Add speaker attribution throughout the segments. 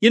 Speaker 1: You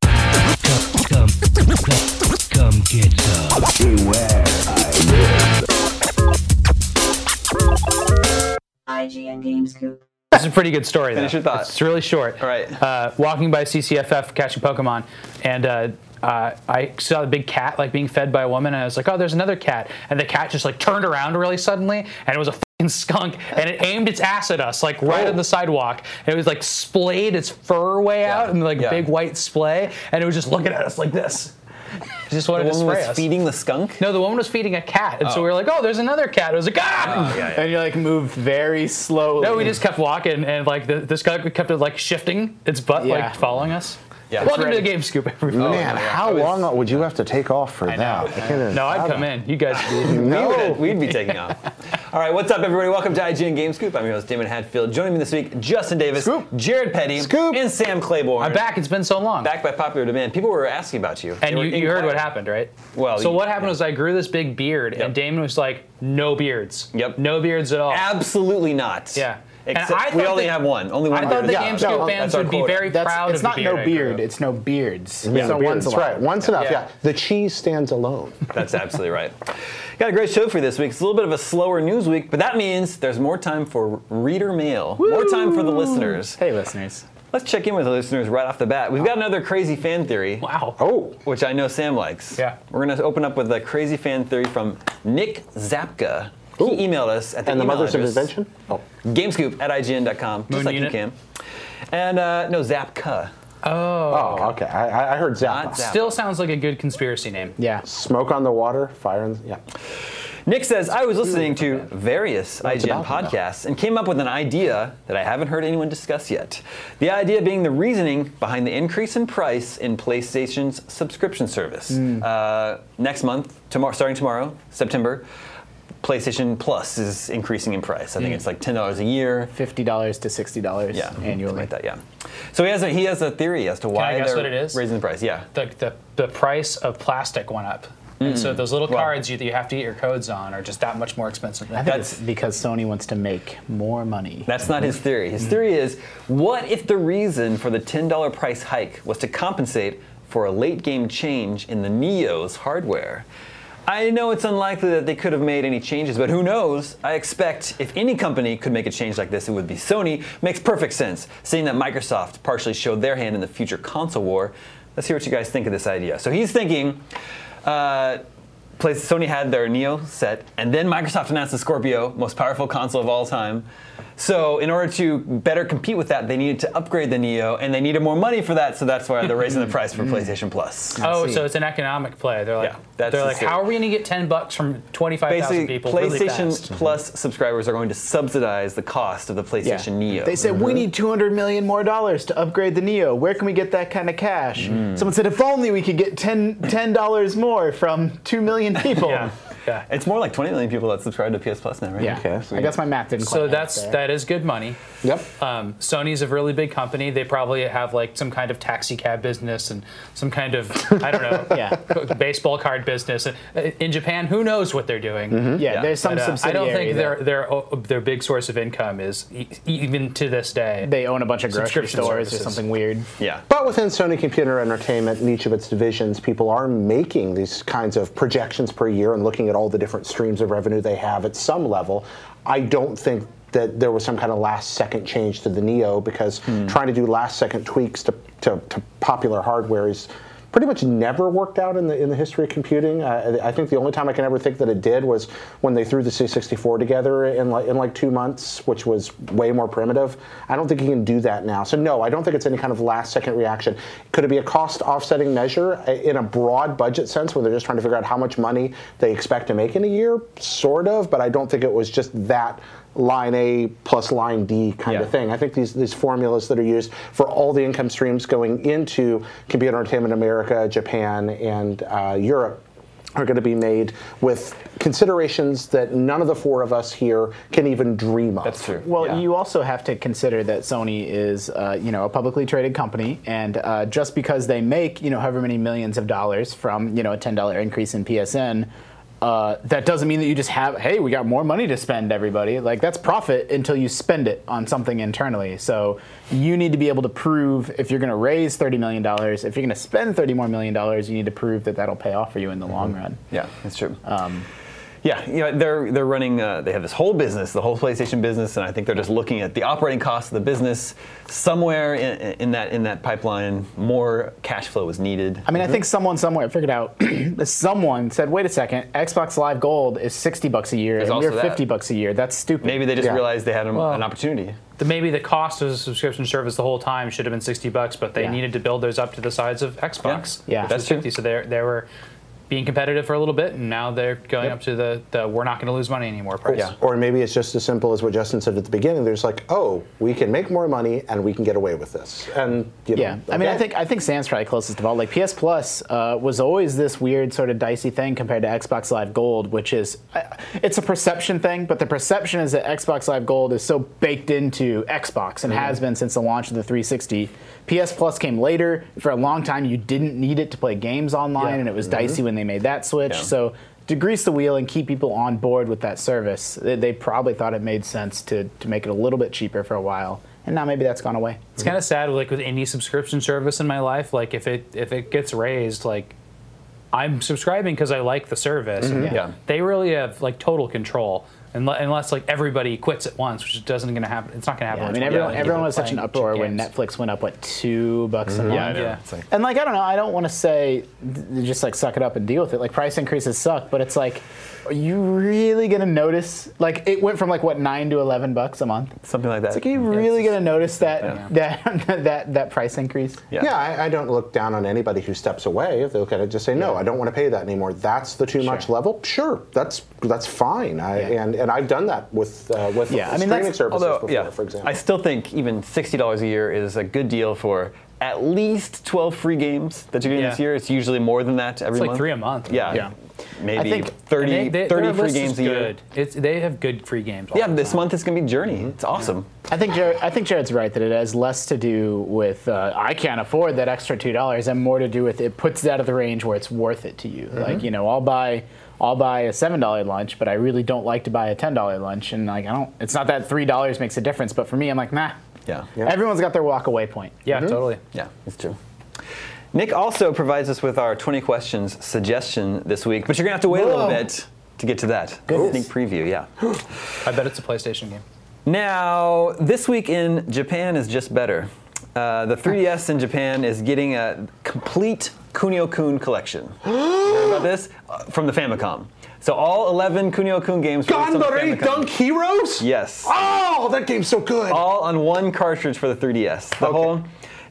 Speaker 2: Come, come, come get some. Beware,
Speaker 3: IGN Games Coop.
Speaker 4: This is a pretty good story.
Speaker 5: Finish
Speaker 4: though.
Speaker 5: your thought.
Speaker 4: It's really short.
Speaker 5: All right.
Speaker 4: Uh, walking by CCFF, catching Pokemon, and uh, uh, I saw the big cat like being fed by a woman, and I was like, "Oh, there's another cat!" And the cat just like turned around really suddenly, and it was a fucking skunk, and it aimed its ass at us like right
Speaker 5: Oh.
Speaker 4: on the sidewalk. And it was like splayed its fur way out in like
Speaker 5: yeah.
Speaker 4: big white splay, and it was just looking at us like this. It just wanted
Speaker 5: The
Speaker 4: to
Speaker 5: woman
Speaker 4: spray
Speaker 5: was
Speaker 4: us.
Speaker 5: feeding the skunk.
Speaker 4: no, the woman was feeding a cat, and so we were like, "Oh, there's another cat." It was like, "Ah!"
Speaker 6: And you like moved very slowly.
Speaker 4: No, we just kept walking, and like the, this guy kept like shifting its butt,
Speaker 6: Yeah.
Speaker 4: like following us.
Speaker 5: Yeah.
Speaker 4: Welcome
Speaker 5: It's
Speaker 4: to the game scoop, everybody.
Speaker 7: Man,
Speaker 5: yeah.
Speaker 7: how
Speaker 5: It was-
Speaker 7: long would you have to take off for that? I can't even
Speaker 4: no, I'd
Speaker 7: fathom.
Speaker 4: come in. You guys,
Speaker 5: We
Speaker 4: Oh.
Speaker 5: would,
Speaker 7: No.
Speaker 5: we'd be taking off. All right, what's up, everybody? Welcome to IGN Game Scoop. I'm your host, Damon Hatfield. Joining me this week, Justin Davis,
Speaker 7: Scoop.
Speaker 5: Jared Petty,
Speaker 7: Scoop.
Speaker 5: and Sam Claiborne.
Speaker 4: I'm back. It's been so long.
Speaker 5: Back by popular demand. People were asking about you. They
Speaker 4: and
Speaker 5: were
Speaker 4: you, you heard what
Speaker 5: inquiring.
Speaker 4: happened, right?
Speaker 5: Well,
Speaker 4: so
Speaker 5: you-
Speaker 4: what happened
Speaker 5: yeah.
Speaker 4: was I grew this big beard,
Speaker 5: Yep.
Speaker 4: and Damon was like, "No beards.
Speaker 5: Yep.
Speaker 4: No beards at all."
Speaker 5: Absolutely not.
Speaker 4: Yeah. And
Speaker 5: Except
Speaker 4: I
Speaker 5: we
Speaker 4: thought
Speaker 5: only
Speaker 4: that-
Speaker 5: have one. Only one.
Speaker 4: I thought the
Speaker 5: beard.
Speaker 4: game
Speaker 7: no,
Speaker 4: scoop
Speaker 7: that's
Speaker 4: fans
Speaker 5: our
Speaker 4: would be
Speaker 5: quota.
Speaker 4: very
Speaker 6: That's,
Speaker 4: proud
Speaker 6: it's
Speaker 4: of
Speaker 6: not
Speaker 4: the beard.
Speaker 6: no
Speaker 4: I grew.
Speaker 6: beard. It's no beards.
Speaker 7: Yeah,
Speaker 6: so
Speaker 7: beards,
Speaker 6: one's allowed.
Speaker 7: right. Once enough.
Speaker 4: Yeah.
Speaker 7: Yeah. The cheese stands alone.
Speaker 5: That's absolutely right. Got a great show for you this week. It's a little bit of a slower news week, but that means there's more time for reader mail, more time for the listeners.
Speaker 6: Hey, listeners.
Speaker 5: Let's check in with the listeners right off the bat. We've got another crazy fan theory.
Speaker 4: Wow.
Speaker 7: Oh,
Speaker 5: which I know Sam likes.
Speaker 4: Yeah.
Speaker 5: We're going to open up with a crazy fan theory from Nick Zapka. He emailed us at the
Speaker 7: and the
Speaker 5: email
Speaker 7: mothers of
Speaker 5: address,
Speaker 7: invention. Oh,
Speaker 5: Gamescoop at IGN.com, just
Speaker 4: Moon
Speaker 5: like
Speaker 4: unit?
Speaker 5: you can. And uh, no, Zapka.
Speaker 4: Oh.
Speaker 7: oh, okay. I, I- I heard
Speaker 5: Not
Speaker 7: Zappa.
Speaker 5: Zappa.
Speaker 4: Still sounds like a good conspiracy name.
Speaker 6: Yeah.
Speaker 7: Smoke on the water, fire. In the, yeah.
Speaker 5: Nick says, I was listening to various IGN
Speaker 7: about, though?
Speaker 5: podcasts and came up with an idea that I haven't heard anyone discuss yet. The idea being the reasoning behind the increase in price in PlayStation's subscription service. Uh, next month, tomorrow, starting tomorrow, September, PlayStation Plus is increasing in price. I think it's like $10 a year.
Speaker 6: Fifty dollars to sixty dollars
Speaker 5: Yeah, something
Speaker 6: annually.
Speaker 5: like that. Yeah. So he has a he has a theory as to why
Speaker 4: guess
Speaker 5: they're
Speaker 4: what it is?
Speaker 5: raising the price. Yeah.
Speaker 4: the, the, the price of plastic went up.
Speaker 5: Hmm.
Speaker 4: And so those little
Speaker 5: Wow.
Speaker 4: cards you, that you have to get your codes on are just that much more expensive.
Speaker 6: I
Speaker 4: Than
Speaker 6: think it's because Sony wants to make more money.
Speaker 5: That's not his theory. His theory is what if the reason for the $10 price hike was to compensate for a late game change in the Neo's hardware? I know it's unlikely that they could have made any changes, but who knows? I expect if any company could make a change like this, it would be Sony. Makes perfect sense, seeing that Microsoft partially showed their hand in the future console war. Let's hear what you guys think of this idea. So he's thinking uh, Play- Sony had their Neo set, and then Microsoft announced the Scorpio, most powerful console of all time.
Speaker 1: So in order to better compete with that, they needed to upgrade the Neo, and they needed more money for that. So that's why they're raising the price for PlayStation Plus.
Speaker 4: Oh,
Speaker 6: see.
Speaker 4: so it's an economic play. They're like,
Speaker 1: Yeah, that's
Speaker 4: they're
Speaker 1: the
Speaker 4: like,
Speaker 1: theory.
Speaker 4: how are we going to get ten bucks from twenty five thousand
Speaker 1: Basically,
Speaker 4: people really
Speaker 1: PlayStation
Speaker 4: fast? Mm-hmm.
Speaker 1: Plus subscribers are going to subsidize the cost of the PlayStation Neo.
Speaker 6: They said we need 200 million more dollars to upgrade the Neo. Where can we get that kind of cash? Someone said if only we could get 10 dollars more from 2 million people.
Speaker 4: Yeah, yeah.
Speaker 1: it's more like 20 million people that subscribe to PS Plus now, right?
Speaker 6: Yeah.
Speaker 7: Okay, so-
Speaker 6: I guess my math didn't quite
Speaker 4: So
Speaker 6: add
Speaker 4: that's
Speaker 6: there.
Speaker 4: that is good money.
Speaker 7: Yep.
Speaker 4: Um, Sony's a really big company. They probably have like some kind of taxi cab business and some kind of I don't know,
Speaker 6: Yeah.
Speaker 4: baseball card business. Uh, In Japan, who knows what they're doing?
Speaker 1: Mm-hmm.
Speaker 6: Yeah, there's some
Speaker 4: But, uh, I
Speaker 6: subsidiary.
Speaker 4: don't think
Speaker 6: that-
Speaker 4: their their o- their big source of income is e- even to this day.
Speaker 6: they own a bunch of grocery
Speaker 4: Subscription
Speaker 6: stores
Speaker 4: services.
Speaker 6: or something weird.
Speaker 1: Yeah.
Speaker 7: But within Sony Computer Entertainment and each of its divisions, people are making these kinds of projections per year and looking at all the different streams of revenue they have at some level. I don't think that there was some kind of last second change to the Neo because trying to do last second tweaks to, to, to popular hardware is pretty much never worked out in the in the history of computing. Uh, I think the only time I can ever think that it did was when they threw the C64 together in like in like two months, which was way more primitive. I don't think you can do that now. So no, I don't think it's any kind of last second reaction. Could it be a cost offsetting measure uh, in a broad budget sense where they're just trying to figure out how much money they expect to make in a year? Sort of, but I don't think it was just that line A plus line D kind
Speaker 1: Yeah.
Speaker 7: of thing. I think these these formulas that are used for all the income streams going into computer entertainment America, Japan, and uh, Europe are going to be made with considerations that none of the four of us here can even dream of.
Speaker 1: That's true.
Speaker 6: Well,
Speaker 1: Yeah.
Speaker 6: you also have to consider that Sony is, uh, you know, a publicly traded company, and uh, just because they make, you know, however many millions of dollars from, you know, a ten dollar increase in PSN, uh, that doesn't mean that you just have, hey, we got more money to spend, everybody. Like that's profit until you spend it on something internally. So you need to be able to prove if you're going to raise thirty million dollars, if you're going to spend thirty more million dollars, you need to prove that that'll pay off for you in the long run.
Speaker 1: Yeah, that's true. yeah, you know, they're they're running. Uh, they have this whole business, the whole PlayStation business, and I think they're just looking at the operating costs of the business. Somewhere in, in that in that pipeline, more cash flow is needed.
Speaker 6: I mean, I think someone somewhere figured out. someone said, "Wait a second, Xbox Live Gold is sixty bucks a year, and
Speaker 1: also
Speaker 6: we're
Speaker 1: that.
Speaker 6: fifty bucks a year. That's stupid."
Speaker 1: Maybe they just
Speaker 7: Yeah.
Speaker 1: realized they had an- an opportunity.
Speaker 4: The- Maybe the cost of the subscription service the whole time should have been sixty bucks, but they
Speaker 6: Yeah.
Speaker 4: needed to build those up to the size of Xbox.
Speaker 6: Yeah. Yeah.
Speaker 4: which
Speaker 6: That's
Speaker 4: was
Speaker 1: true.
Speaker 4: 50. So they they were being competitive for a little bit, and now they're going up to the, the we're not going to lose money anymore price.
Speaker 7: Or maybe it's just as simple as what Justin said at the beginning. There's like, oh, we can make more money and we can get away with this. And you know,
Speaker 6: Yeah, I mean, I
Speaker 7: okay.
Speaker 6: think I think Sam's probably closest of all. Like PS Plus uh, was always this weird sort of dicey thing compared to Xbox Live Gold, which is I- it's a perception thing, but the perception is that Xbox Live Gold is so baked into Xbox and has been since the launch of the 360. PS Plus came later. For a long time, you didn't need it to play games online, and it was dicey when they made that switch.
Speaker 1: Yeah.
Speaker 6: So. To grease the wheel and keep people on board with that service, they, they probably thought it made sense to, to make it a little bit cheaper for a while. And now maybe that's gone away.
Speaker 4: It's kind of sad, like with any subscription service in my life. Like if it if it gets raised, like I'm subscribing because I like the service.
Speaker 6: Mm-hmm.
Speaker 4: And
Speaker 1: Yeah.
Speaker 4: They really have like total control, unle- unless like everybody quits at once, which doesn't going to happen. It's not going to happen.
Speaker 6: Yeah, I
Speaker 4: with
Speaker 6: mean,
Speaker 4: 20
Speaker 6: everyone,
Speaker 4: million
Speaker 6: everyone
Speaker 4: people
Speaker 6: was such an
Speaker 4: playing
Speaker 6: uproar
Speaker 4: cheap
Speaker 6: when
Speaker 4: games.
Speaker 6: Netflix went up, what, two bucks a month?
Speaker 1: I know.
Speaker 4: Yeah.
Speaker 1: It's like-
Speaker 6: And, like, I don't know, I don't want to say, th- th- just like suck it up and deal with it. Like, price increases suck, but it's like, are you really going to notice? Like, it went from like, what, nine to 11 bucks a month?
Speaker 1: Something like that.
Speaker 6: It's like, are you really going to notice that,
Speaker 4: Yeah.
Speaker 6: that, that, that price increase?
Speaker 1: Yeah.
Speaker 7: Yeah, I, I don't look down on anybody who steps away. If they look at it, just say, no, I don't want to pay that anymore. That's the too much level. Sure, that's that's fine. I,
Speaker 6: Yeah.
Speaker 7: and and I've done that with uh, with
Speaker 6: Yeah, I mean,
Speaker 7: streaming
Speaker 6: that's-
Speaker 7: services
Speaker 1: Although,
Speaker 7: before,
Speaker 1: yeah,
Speaker 7: for example.
Speaker 1: I still think even sixty dollars a year is a good deal for at least twelve free games that you're getting
Speaker 4: Yeah.
Speaker 1: this year. It's usually more than that every
Speaker 4: It's like
Speaker 1: month.
Speaker 4: three a month.
Speaker 1: Yeah,
Speaker 6: Yeah.
Speaker 1: maybe
Speaker 6: I think-
Speaker 1: thirty
Speaker 4: And they- they-
Speaker 1: 30
Speaker 4: their
Speaker 1: free
Speaker 4: list is
Speaker 1: games a year.
Speaker 4: good. It's, they have good free games. all
Speaker 1: Yeah,
Speaker 4: the
Speaker 1: this
Speaker 4: time.
Speaker 1: month it's gonna be Journey. It's awesome.
Speaker 6: I think Jared, I think Jared's right that it has less to do with uh, I can't afford that extra two dollars and more to do with it puts it out of the range where it's worth it to you.
Speaker 7: Mm-hmm.
Speaker 6: Like you know, I'll buy I'll buy a seven dollar lunch, but I really don't like to buy a ten dollar lunch, and like I don't. It's not that three dollars makes a difference, but for me, I'm like nah.
Speaker 1: Yeah.
Speaker 6: Everyone's got their walk away point.
Speaker 4: Yeah,
Speaker 1: Mm-hmm.
Speaker 4: totally.
Speaker 1: Yeah, it's true. Nick also provides us with our 20 questions suggestion this week, but you're gonna have to wait a little
Speaker 6: Whoa.
Speaker 1: bit to get to that. Sneak
Speaker 6: Goodness.
Speaker 1: preview, yeah.
Speaker 4: I bet it's a PlayStation game.
Speaker 1: Now, this week in Japan is just better. Uh, the 3DS in Japan is getting a complete Kunio Kun collection. You heard about this? Uh, from the Famicom. So all 11 Kunio Kun games. released on the
Speaker 7: Ganbare
Speaker 1: Famicom.
Speaker 7: Dunk Heroes?
Speaker 1: Yes.
Speaker 7: Oh, that game's so good.
Speaker 1: all on one cartridge for the 3DS. The
Speaker 7: Okay.
Speaker 1: whole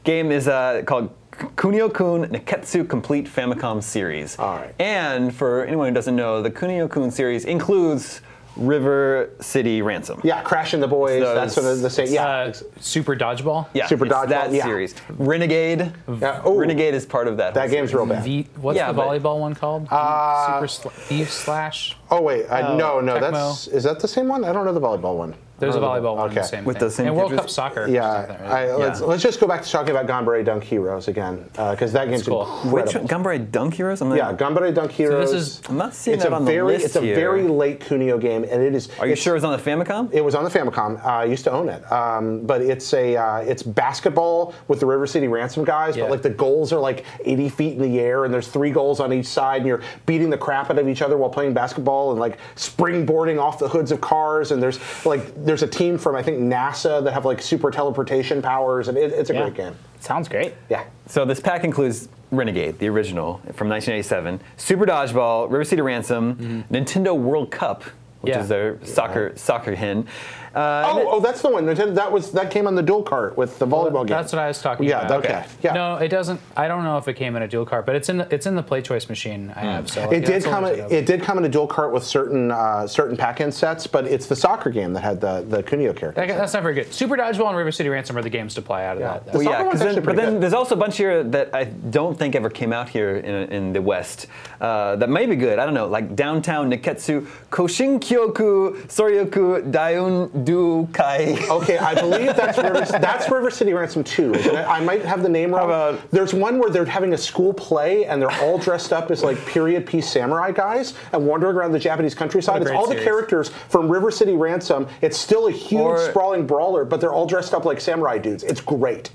Speaker 1: game is uh, called Kunio Kun Neketsu Complete Famicom Series.
Speaker 7: All right.
Speaker 1: And for anyone who doesn't know, the Kunio Kun series includes River City Ransom.
Speaker 7: Yeah, Crash and the Boys.
Speaker 1: Those-
Speaker 7: that's sort of the same. Yeah.
Speaker 4: Uh, super dodgeball.
Speaker 1: Yeah,
Speaker 7: Super
Speaker 1: it's
Speaker 7: Dodgeball,
Speaker 1: that
Speaker 7: yeah.
Speaker 1: series. Renegade.
Speaker 7: Yeah, oh.
Speaker 1: Renegade is part of that.
Speaker 7: that
Speaker 1: whole
Speaker 7: game's
Speaker 1: series.
Speaker 7: real bad.
Speaker 4: The, what's
Speaker 1: Yeah,
Speaker 4: the
Speaker 1: but-
Speaker 4: volleyball one called?
Speaker 7: Uh,
Speaker 4: super sl- thief slash.
Speaker 7: Oh wait, I, no, no,
Speaker 4: Tecmo.
Speaker 7: that's is that the same one? I don't know the volleyball one.
Speaker 4: There's a volleyball one. in The
Speaker 7: Okay.
Speaker 4: same
Speaker 1: With
Speaker 4: thing.
Speaker 1: the same
Speaker 4: and World
Speaker 1: characters?
Speaker 4: Cup soccer. or
Speaker 7: Yeah,
Speaker 4: something, right?
Speaker 7: I, Let's,
Speaker 1: Yeah.
Speaker 7: let's just go back to talking about Ganbare Dunk Heroes again, because that game's
Speaker 4: cool.
Speaker 1: Which
Speaker 7: incredible.
Speaker 1: Gumbray Dunk Heroes? I'm not-
Speaker 7: yeah, Ganbare Dunk Heroes.
Speaker 4: is-
Speaker 1: I'm not seeing
Speaker 7: it's
Speaker 1: that
Speaker 7: a
Speaker 1: on the
Speaker 7: very,
Speaker 1: list
Speaker 7: It's a
Speaker 1: here.
Speaker 7: very late Kunio game, and it is.
Speaker 1: Are you
Speaker 7: it's-
Speaker 1: sure it was on the Famicom?
Speaker 7: It was on the Famicom. Uh, I used to own it, um, but it's a uh, it's basketball with the River City Ransom guys.
Speaker 4: Yeah.
Speaker 7: But like the goals are like 80 feet in the air, and there's three goals on each side, and you're beating the crap out of each other while playing basketball, and like springboarding off the hoods of cars. And there's like there's a team from I think NASA that have like super teleportation powers, and it, it's a
Speaker 6: Yeah.
Speaker 7: great game.
Speaker 6: Sounds great.
Speaker 7: Yeah.
Speaker 1: So this pack includes Renegade, the original from 1987, Super Dodgeball, River City Ransom,
Speaker 7: Mm-hmm.
Speaker 1: Nintendo World Cup, which
Speaker 4: Yeah.
Speaker 1: is their soccer soccer hen. Uh,
Speaker 7: Oh, oh, that's the one. Nintendo. That was that came on the dual cart with the volleyball game.
Speaker 4: That's what I was talking
Speaker 7: Yeah,
Speaker 4: about.
Speaker 7: okay, yeah.
Speaker 4: No, it doesn't. I don't know if it came in a dual cart, but it's in the, it's in the play choice machine I have. So
Speaker 7: It did come.
Speaker 4: come.
Speaker 7: In, it did come in a dual cart with certain uh, certain pack-in sets, but it's the soccer game that had the the Kunio character.
Speaker 4: That, that's not very good. Super Dodgeball and River City Ransom are the games to play out of that.
Speaker 7: Well,
Speaker 4: That's-
Speaker 7: The
Speaker 1: yeah,
Speaker 7: soccer one's
Speaker 1: 'cause then,
Speaker 7: actually
Speaker 1: but
Speaker 7: pretty
Speaker 1: then
Speaker 7: good.
Speaker 1: there's also a bunch here that I don't think ever came out here in, in the West uh, that may be good. I don't know, like Downtown Niketsu, Koshin Kyoku, Soryoku, Daiun Du Kai.
Speaker 7: Okay, I believe that's River, that's River City Ransom 2. isn't it? I might have the name wrong.
Speaker 1: about-
Speaker 7: There's one where they're having a school play and they're all dressed up as like period piece samurai guys and wandering around the Japanese countryside. It's
Speaker 4: great
Speaker 7: all the
Speaker 4: series.
Speaker 7: characters from River City Ransom. It's still a huge
Speaker 1: Or-
Speaker 7: sprawling brawler, but they're all dressed up like samurai dudes. It's great.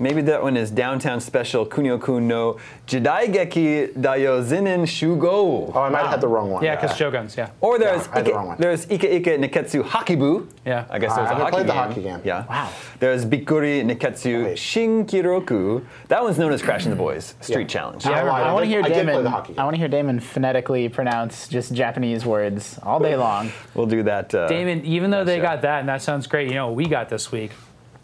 Speaker 1: Maybe that one is Downtown Special Kunio-kun no Jidaigeki Daiyozinin Shugo.
Speaker 7: Oh, I might have had the wrong one.
Speaker 4: yeah, because Shoguns. Yeah.
Speaker 1: Or there's
Speaker 7: Yeah, I had the
Speaker 1: Ike,
Speaker 7: wrong one.
Speaker 1: there's Ike Ike Niketsu Hakibu. Ah,
Speaker 4: Yeah.
Speaker 1: I guess there's
Speaker 7: I
Speaker 1: a
Speaker 7: haven't
Speaker 1: hockey game.
Speaker 7: played the hockey game.
Speaker 1: Yeah.
Speaker 6: Wow.
Speaker 1: There's Bikuri Niketsu
Speaker 7: Wait.
Speaker 1: Shinkiroku. That one's known as Crashing the Boys Street
Speaker 7: Yeah.
Speaker 1: Challenge.
Speaker 6: I,
Speaker 7: remember.
Speaker 6: want to hear
Speaker 7: I did play
Speaker 6: Damon.
Speaker 7: the hockey game.
Speaker 6: I want to hear Damon phonetically pronounce just Japanese words all day long.
Speaker 1: We'll do that. Uh,
Speaker 4: Damon, even though they
Speaker 1: sure.
Speaker 4: got that, and that sounds great, you know, what we got this week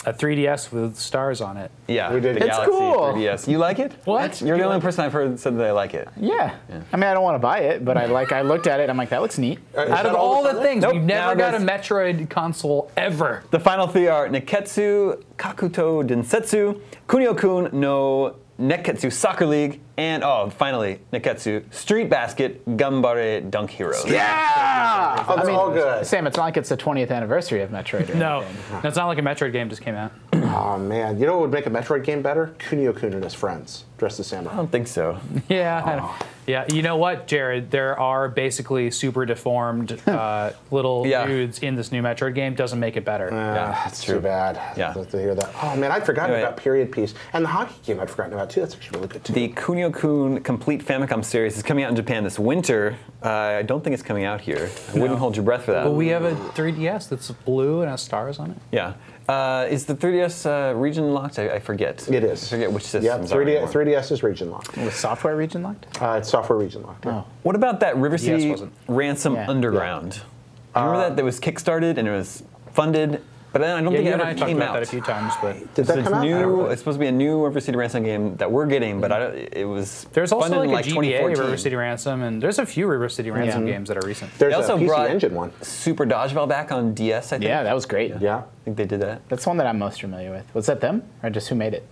Speaker 4: a 3DS with stars on it.
Speaker 1: Yeah.
Speaker 7: We did.
Speaker 1: The
Speaker 7: It's
Speaker 1: Galaxy
Speaker 6: cool.
Speaker 1: 3DS. You like it?
Speaker 4: What?
Speaker 1: You're the only person I've heard said that I like it.
Speaker 6: Yeah. I mean, I don't want to buy it, but I like. I looked at it. I'm like, that looks neat.
Speaker 7: Uh, is
Speaker 4: Out of
Speaker 7: that
Speaker 4: all the
Speaker 7: that's on it?
Speaker 4: things,
Speaker 1: Nope.
Speaker 4: we've
Speaker 1: Now
Speaker 4: never got a
Speaker 1: there's-
Speaker 4: Metroid console ever.
Speaker 1: The final three are Niketsu Kakuto Densetsu, Kunio-kun no Neketsu Soccer League, and oh, finally Neketsu Street Basket Gambare Dunk Heroes.
Speaker 7: Yeah! Oh, they're all good.
Speaker 6: Sam, it's not like it's the 20th anniversary of Metroid. Or
Speaker 4: No,
Speaker 6: anything.
Speaker 4: no, it's not like a Metroid game just came out.
Speaker 7: Oh man, you know what would make a Metroid game better? Kunio Kun and his friends dressed as samurai.
Speaker 1: I don't think so.
Speaker 4: Yeah, I know. yeah. You know what, Jared? There are basically super deformed uh, little
Speaker 1: Yeah. Uh,
Speaker 4: dudes in this new Metroid game. Doesn't make it better.
Speaker 7: Ah, that's too bad.
Speaker 1: Yeah.
Speaker 7: to hear that. Oh man, I'd forgotten
Speaker 1: Anyway.
Speaker 7: about period piece and the hockey game. I'd forgotten about too. That's actually really good too.
Speaker 1: The Kunio Kun Complete Famicom series is coming out in Japan this winter. Uh, I don't think it's coming out here. I wouldn't hold your breath for that.
Speaker 4: But we have a 3DS that's blue and has stars on it.
Speaker 1: yeah. Uh, is the 3DS uh, region locked? I, I forget.
Speaker 7: it is.
Speaker 1: I forget which systems
Speaker 7: Yeah,
Speaker 1: are
Speaker 7: 3D,
Speaker 1: anymore.
Speaker 7: 3DS is region locked.
Speaker 6: Was software region locked?
Speaker 7: Uh, it's software region locked. yeah.
Speaker 1: What about that River City
Speaker 4: wasn't.
Speaker 1: Ransom
Speaker 6: Yeah.
Speaker 1: Underground? Do you remember that? That was kickstarted and it was funded, but then I don't
Speaker 4: Yeah,
Speaker 1: think
Speaker 4: you
Speaker 1: it
Speaker 4: and
Speaker 1: ever
Speaker 4: I talked
Speaker 1: came
Speaker 4: about
Speaker 1: out.
Speaker 4: that a few times, but
Speaker 7: Did that
Speaker 1: it's,
Speaker 7: come out? I don't
Speaker 1: new,
Speaker 7: know.
Speaker 1: it's supposed to be a new River City Ransom game that we're getting, but I don't, it was
Speaker 4: There's also
Speaker 1: funded in like
Speaker 4: like, a GBA
Speaker 1: 2014.
Speaker 4: River City Ransom, and there's a few River City Ransom
Speaker 6: Yeah.
Speaker 4: games that are recent.
Speaker 7: There's
Speaker 1: They also
Speaker 7: a PC
Speaker 1: brought
Speaker 7: Engine one.
Speaker 1: Super Dodgeball back on DS, I think.
Speaker 6: Yeah, that was great.
Speaker 7: Yeah.
Speaker 1: I think they did that.
Speaker 6: That's the one that I'm most familiar with. Was that them or just who made it?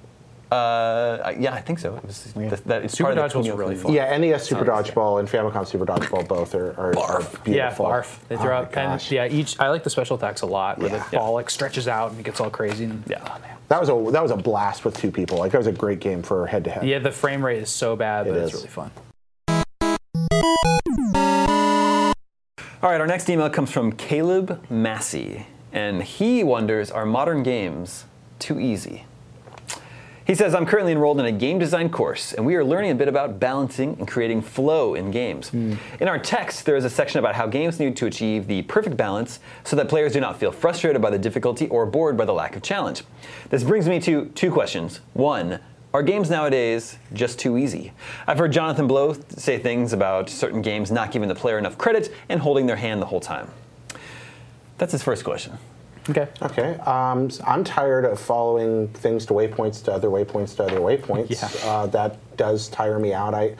Speaker 1: Uh, I- yeah, I think so. It was
Speaker 6: Yeah.
Speaker 1: that, that it's
Speaker 4: Super
Speaker 1: part of the
Speaker 4: Dodgeball's
Speaker 1: Kunio
Speaker 4: really
Speaker 1: Kun.
Speaker 4: fun.
Speaker 7: Yeah, NES Super Dodgeball and Famicom Super Dodgeball both are, are, are beautiful.
Speaker 4: Yeah, barf. They throw
Speaker 7: Oh,
Speaker 4: out
Speaker 7: my
Speaker 4: and
Speaker 7: gosh.
Speaker 4: yeah, each I like the special attacks a lot where
Speaker 7: Yeah.
Speaker 4: the ball like stretches out and it gets all crazy and yeah. Oh, man.
Speaker 7: That was a that was a blast with two people. Like that was a great game for head to head.
Speaker 4: Yeah, the frame rate is so bad, but
Speaker 7: It
Speaker 4: it's
Speaker 7: is.
Speaker 4: really fun.
Speaker 1: All right, our next email comes from Caleb Massey, and he wonders Are modern games too easy? He says, I'm currently enrolled in a game design course, and we are learning a bit about balancing and creating flow in games. In our text, there is a section about how games need to achieve the perfect balance so that players do not feel frustrated by the difficulty or bored by the lack of challenge. This brings me to two questions. One, Are games nowadays just too easy? I've heard Jonathan Blow th- say things about certain games not giving the player enough credit and holding their hand the whole time. That's his first question.
Speaker 6: Okay.
Speaker 7: Okay. Um, s- I'm tired of following things to waypoints to other waypoints to other waypoints.
Speaker 4: Yeah.
Speaker 7: Uh, that does tire me out. I,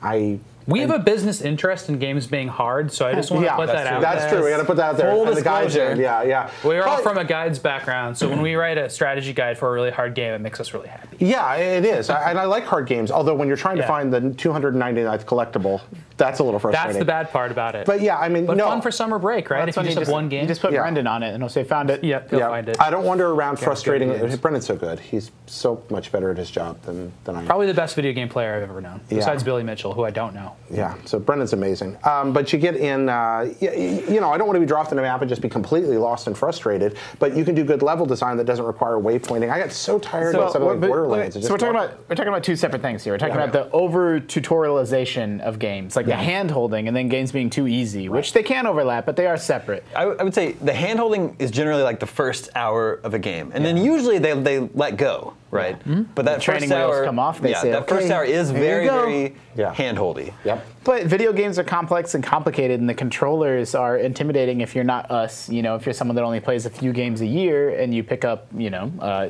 Speaker 7: I.
Speaker 4: We have a business interest in games being hard, so I just want to
Speaker 7: yeah,
Speaker 4: put that
Speaker 7: that's true.
Speaker 4: out
Speaker 7: That's
Speaker 4: there.
Speaker 7: true. We got to put that out there.
Speaker 1: Full
Speaker 7: And the guys are-
Speaker 1: disclosure.
Speaker 7: yeah, yeah.
Speaker 4: We're all
Speaker 7: But-
Speaker 4: from a guide's background, so when we write a strategy guide for a really hard game, it makes us really happy.
Speaker 7: Yeah, it is. I, and I like hard games. Although when you're trying to
Speaker 4: Yeah.
Speaker 7: find the 299th collectible, that's a little frustrating.
Speaker 4: That's the bad part about it.
Speaker 7: But yeah, I mean,
Speaker 4: But
Speaker 7: no.
Speaker 4: fun for summer break, right?
Speaker 6: That's
Speaker 4: if you
Speaker 6: funny,
Speaker 4: just have one game.
Speaker 6: You just put
Speaker 7: Yeah.
Speaker 6: Brendan on it and he'll say, found it.
Speaker 4: yep, go
Speaker 7: Yeah.
Speaker 4: find it.
Speaker 7: I don't wander around frustrating.
Speaker 4: games.
Speaker 7: Brendan's so good. He's so much better at his job than, than I am.
Speaker 4: Probably the best video game player I've ever known, besides Billy Mitchell, who I don't know.
Speaker 7: Yeah, so Brendan's amazing. Um, but you get in, uh, y- y- you know, I don't want to be dropped in a map and just be completely lost and frustrated, but you can do good level design that doesn't require waypointing. I got so tired
Speaker 6: So,
Speaker 7: about something like
Speaker 6: but- but-
Speaker 7: Borderlands. It just
Speaker 6: so we're talking
Speaker 7: wasn't-
Speaker 6: about we're talking about two separate things here. We're talking about the over tutorialization of games, like the hand holding, and then games being too easy, which they can overlap, but they are separate.
Speaker 1: I, w- I would say the hand holding is generally like the first hour of a game, and then usually they, they let go, right? But that
Speaker 6: Hmm? training
Speaker 1: first
Speaker 6: wheels
Speaker 1: hour,
Speaker 6: come off, they
Speaker 1: yeah,
Speaker 6: say,
Speaker 1: that first
Speaker 6: "Okay,
Speaker 1: hour is
Speaker 6: there
Speaker 1: very
Speaker 6: you go."
Speaker 1: very
Speaker 7: Yeah.
Speaker 1: hand holdy.
Speaker 7: Yep.
Speaker 6: But video games are complex and complicated, and the controllers are intimidating if you're not us. You know, if you're someone that only plays a few games a year and you pick up, you know, uh,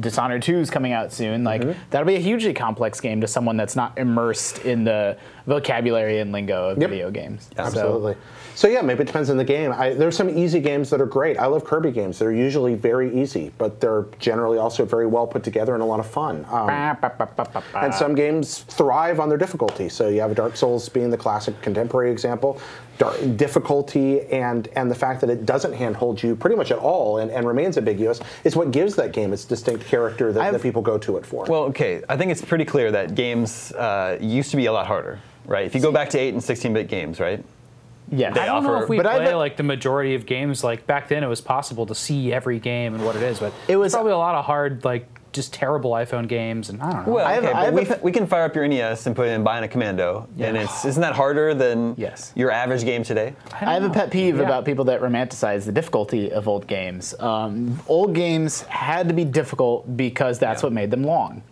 Speaker 6: Dishonored 2 is coming out soon. Like,
Speaker 7: Mm-hmm.
Speaker 6: that'll be a hugely complex game to someone that's not immersed in the vocabulary and lingo of
Speaker 7: Yep.
Speaker 6: video games. So,
Speaker 7: Absolutely. So yeah, maybe it depends on the game. I, there's some easy games that are great. I love Kirby games. They're usually very easy, but they're generally also very well put together and a lot of fun. Um,
Speaker 6: Ba, ba, ba, ba, ba, ba.
Speaker 7: and some games thrive on their difficulty. So you have Dark Souls being the classic contemporary example. Dar difficulty and and the fact that it doesn't handhold you pretty much at all and, and remains ambiguous is what gives that game its distinct character that, that people go to it for.
Speaker 1: Well, okay, I think it's pretty clear that games uh, used to be a lot harder, right? If you go back to 8 and 16 bit games, right?
Speaker 6: yes.
Speaker 4: I don't know
Speaker 1: offer-
Speaker 4: if we
Speaker 6: but I
Speaker 4: play
Speaker 6: bet-
Speaker 4: like the majority of games. Like back then, it was possible to see every game and what it is, but
Speaker 6: It
Speaker 4: it
Speaker 6: was-
Speaker 4: was probably a lot of hard, like just terrible iPhone games, and I don't know.
Speaker 1: Well,
Speaker 6: I have-
Speaker 1: okay,
Speaker 6: I
Speaker 1: but
Speaker 6: have
Speaker 1: we,
Speaker 6: a
Speaker 1: f- we can fire up your NES and put in Bionic Commando, and it's isn't that harder than
Speaker 6: Yes.
Speaker 1: your average game today?
Speaker 6: I have a pet peeve
Speaker 4: Yeah.
Speaker 6: about people that romanticize the difficulty of old games. Um, old games had to be difficult because that's what made them long.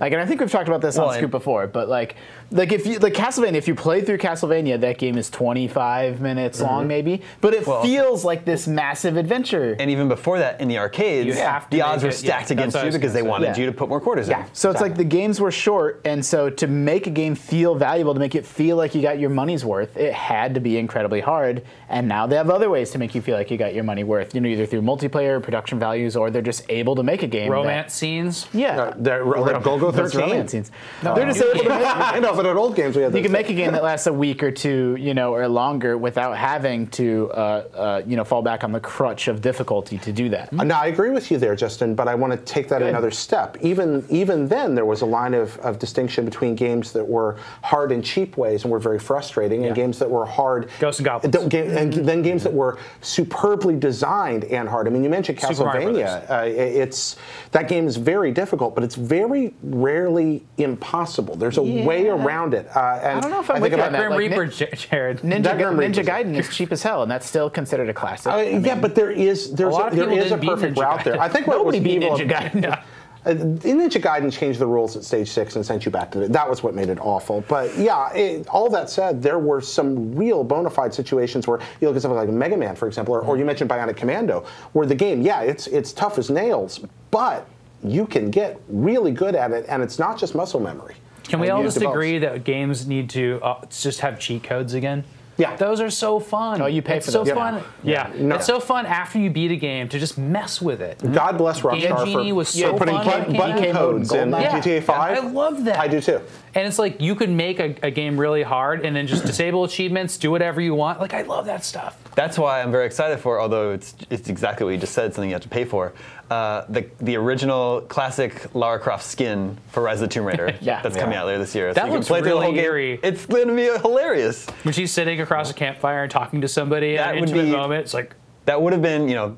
Speaker 6: Like, and I think we've talked about this
Speaker 1: Mm-hmm. Well,
Speaker 6: on
Speaker 1: and-
Speaker 6: Scoop before, but like, like if you like Castlevania, if you play through Castlevania, that game is 25 minutes long, maybe, but it
Speaker 1: Mm-hmm. Well-
Speaker 6: feels like this massive adventure.
Speaker 1: And even before that, in the arcades,
Speaker 4: You have to
Speaker 1: the odds
Speaker 4: make
Speaker 1: were
Speaker 4: it- yeah,
Speaker 1: stacked
Speaker 4: that's
Speaker 1: against
Speaker 4: what I
Speaker 1: you
Speaker 4: was
Speaker 1: because they
Speaker 4: gonna say.
Speaker 1: wanted
Speaker 6: Yeah.
Speaker 1: you to put more quarters
Speaker 6: yeah.
Speaker 1: in.
Speaker 6: So it's like the games were short, and so to make a game feel valuable, to make it feel like you got your money's worth, it had to be incredibly hard. And now they have other ways to make you feel like you got your money worth. You know, either through multiplayer, production values, or they're just able to make a game. that-
Speaker 4: romance scenes.
Speaker 6: yeah.
Speaker 7: Uh, they're- like Golgo
Speaker 6: Those
Speaker 7: 13.
Speaker 6: romance scenes. they're just able to make
Speaker 7: I know, but at old games we had
Speaker 6: you can make a game that lasts a week or two, you know, or longer without having to, uh, uh, you know, fall back on the crutch of difficulty to do that.
Speaker 7: No, I agree with you there, Justin, but I want to take that another step. Even even then, there was a line of, of distinction between games that were hard in cheap ways and were very frustrating, and
Speaker 4: Yeah.
Speaker 7: games that were hard.
Speaker 4: Ghosts and Goblins.
Speaker 7: Don't ga- and
Speaker 6: Mm-hmm.
Speaker 7: then games that were superbly designed and hard. I mean, you mentioned
Speaker 4: Super Mario
Speaker 7: Castlevania. Uh, i- it's that game is very difficult, but it's very rarely impossible. There's a way
Speaker 6: Yeah.
Speaker 7: around it. Uh, and
Speaker 6: I don't know if I'm
Speaker 7: think
Speaker 6: with you
Speaker 7: about
Speaker 6: on that,
Speaker 4: Grim
Speaker 6: like,
Speaker 4: Reaper,
Speaker 6: Nin-
Speaker 4: J- Jared.
Speaker 6: Ninja,
Speaker 7: Grim Reaper.
Speaker 6: Ninja Gaiden is cheap as hell, and that's still considered a classic.
Speaker 7: Uh, yeah, but there is there's
Speaker 4: lot
Speaker 7: a,
Speaker 4: of
Speaker 7: there
Speaker 4: people
Speaker 7: is a
Speaker 4: didn't beat
Speaker 7: perfect
Speaker 4: Ninja
Speaker 7: route there.
Speaker 4: Gaiden.
Speaker 7: I think what
Speaker 6: Nobody
Speaker 7: was
Speaker 6: beat
Speaker 7: evil
Speaker 6: Ninja Gaiden.
Speaker 7: Uh, Ninja Gaiden changed the rules at stage six and sent you back to the. That was what made it awful. But yeah, it, all that said, there were some real bona fide situations where you look at something like Mega Man, for example, or, or you mentioned Bionic Commando, where the game, yeah, it's it's tough as nails, but you can get really good at it, and it's not just muscle memory.
Speaker 4: Can we
Speaker 7: And
Speaker 4: all
Speaker 7: you
Speaker 4: just
Speaker 7: develop-
Speaker 4: agree that games need to uh, just have cheat codes again?
Speaker 7: Yeah.
Speaker 4: those are so fun.
Speaker 6: Oh, you pay
Speaker 4: it's
Speaker 6: for
Speaker 4: so
Speaker 6: those
Speaker 4: fun.
Speaker 6: now.
Speaker 4: Yeah,
Speaker 7: No.
Speaker 4: it's so fun after you beat a game to just mess with it.
Speaker 7: God bless Rockstar
Speaker 4: Genie
Speaker 7: for,
Speaker 4: was so
Speaker 7: for putting
Speaker 4: fun
Speaker 7: button,
Speaker 4: when it
Speaker 7: button
Speaker 4: came out.
Speaker 7: codes in
Speaker 6: Yeah.
Speaker 7: GTA 5.
Speaker 4: I love that.
Speaker 7: I do too.
Speaker 4: And it's like you could make a, a game really hard and then just disable achievements, do whatever you want. Like I love that stuff.
Speaker 1: That's why I'm very excited for, although it's, it's exactly what you just said, something you have to pay for, uh, the, the original classic Lara Croft skin for Rise of the Tomb Raider
Speaker 6: Yeah.
Speaker 1: that's coming
Speaker 6: Yeah.
Speaker 1: out later this year.
Speaker 4: That
Speaker 1: you can
Speaker 4: looks
Speaker 1: play through the
Speaker 4: really
Speaker 1: whole game.
Speaker 4: eerie.
Speaker 1: It's going to be hilarious.
Speaker 4: When she's sitting across a campfire and talking to somebody
Speaker 1: That
Speaker 4: at an
Speaker 1: would
Speaker 4: intimate
Speaker 1: be-
Speaker 4: moment, it's like
Speaker 1: That would have been, you know,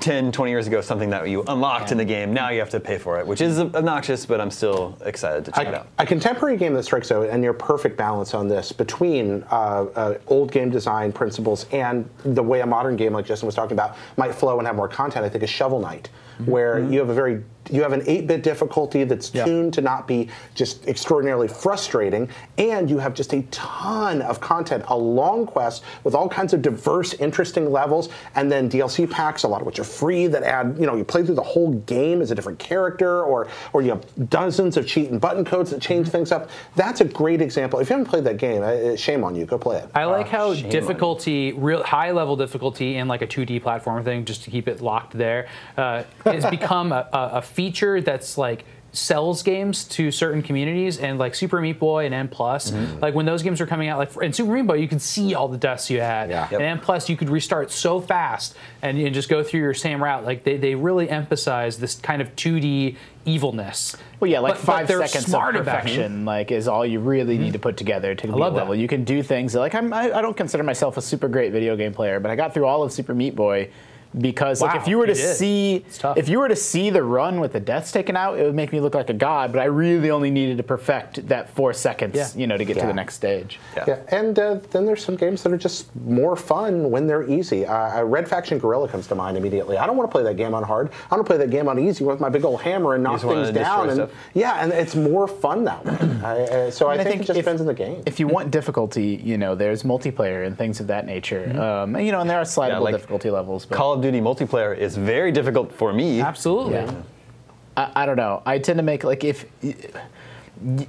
Speaker 1: 10, 20 years ago, something that you unlocked in the game. Now you have to pay for it, which is obnoxious, but I'm still excited to check it
Speaker 7: a,
Speaker 1: out.
Speaker 7: a contemporary game that strikes out, and your perfect balance on this between uh, uh, old game design principles and the way a modern game like Justin was talking about might flow and have more content, I think, is Shovel Knight, where you have a very you have an 8-bit difficulty that's
Speaker 6: Yeah.
Speaker 7: tuned to not be just extraordinarily frustrating, and you have just a ton of content, a long quest with all kinds of diverse, interesting levels, and then DLC packs, a lot of which are free that add, you know, you play through the whole game as a different character, or or you have dozens of cheat and button codes that change things up. That's a great example. If you haven't played that game, uh, shame on you. Go play it.
Speaker 4: I like how difficulty, real high level difficulty in like a 2D platform thing, just to keep it locked there, uh, has become a, a, a feature that's like sells games to certain communities and like Super Meat Boy and N Plus.
Speaker 6: Mm-hmm.
Speaker 4: Like when those games were coming out, like for- in Super Meat Boy, you could see all the deaths you had.
Speaker 1: Yeah. Yep.
Speaker 4: And N Plus, you could restart so fast and, and just go through your same route. Like they, they really emphasize this kind of 2D evilness.
Speaker 6: Well, yeah, like
Speaker 4: But- but
Speaker 6: five
Speaker 4: they're
Speaker 6: seconds
Speaker 4: smart
Speaker 6: of
Speaker 4: about it.
Speaker 6: perfection, like, is all you really need to put together to be
Speaker 4: Hmm. love
Speaker 6: a
Speaker 4: that.
Speaker 6: level. You can do things that, like I'm, I, I don't consider myself a super great video game player, but I got through all of Super Meat Boy because, like,
Speaker 4: Wow,
Speaker 6: if you were to
Speaker 4: you did.
Speaker 6: see,
Speaker 4: It's tough.
Speaker 6: if you were to see the run with the deaths taken out, it would make me look like a god. But I really only needed to perfect that four seconds,
Speaker 4: Yeah.
Speaker 6: you know, to get to
Speaker 7: Yeah.
Speaker 6: the next stage.
Speaker 7: Yeah, and uh, then there's some games that are just more fun when they're easy. Uh, uh, Red Faction Gorilla comes to mind immediately. I don't want to play that game on hard. I want to play that game on easy with my big old hammer and knock
Speaker 1: just wanna
Speaker 7: things
Speaker 1: destroy
Speaker 7: down. And
Speaker 1: stuff.
Speaker 7: yeah, and it's more fun that way. I, uh, so I,
Speaker 6: And I
Speaker 7: think,
Speaker 6: think
Speaker 7: it just
Speaker 6: if-
Speaker 7: depends on the game.
Speaker 6: If you want difficulty, you know, there's multiplayer and things of that nature.
Speaker 4: Mm-hmm.
Speaker 6: Um, and, you know, and there are slidable
Speaker 1: like
Speaker 6: difficulty levels. But
Speaker 1: Call of Duty multiplayer is very difficult for me.
Speaker 4: Absolutely.
Speaker 6: Yeah. I, I don't know. I tend to make like if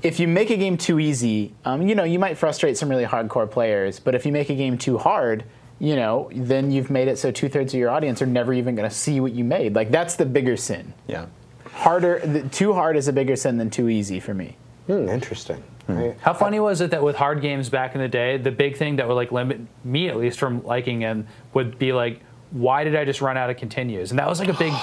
Speaker 6: if you make a game too easy, um, you know, you might frustrate some really hardcore players. But if you make a game too hard, you know, then you've made it so two thirds of your audience are never even going to see what you made. Like that's the bigger sin.
Speaker 1: Yeah.
Speaker 6: Harder, th too hard is a bigger sin than too easy for me.
Speaker 7: Hmm, interesting. I-
Speaker 4: How funny was it that with hard games back in the day, the big thing that would like limit me at least from liking them would be like, why did I just run out of continues? And that was like a big,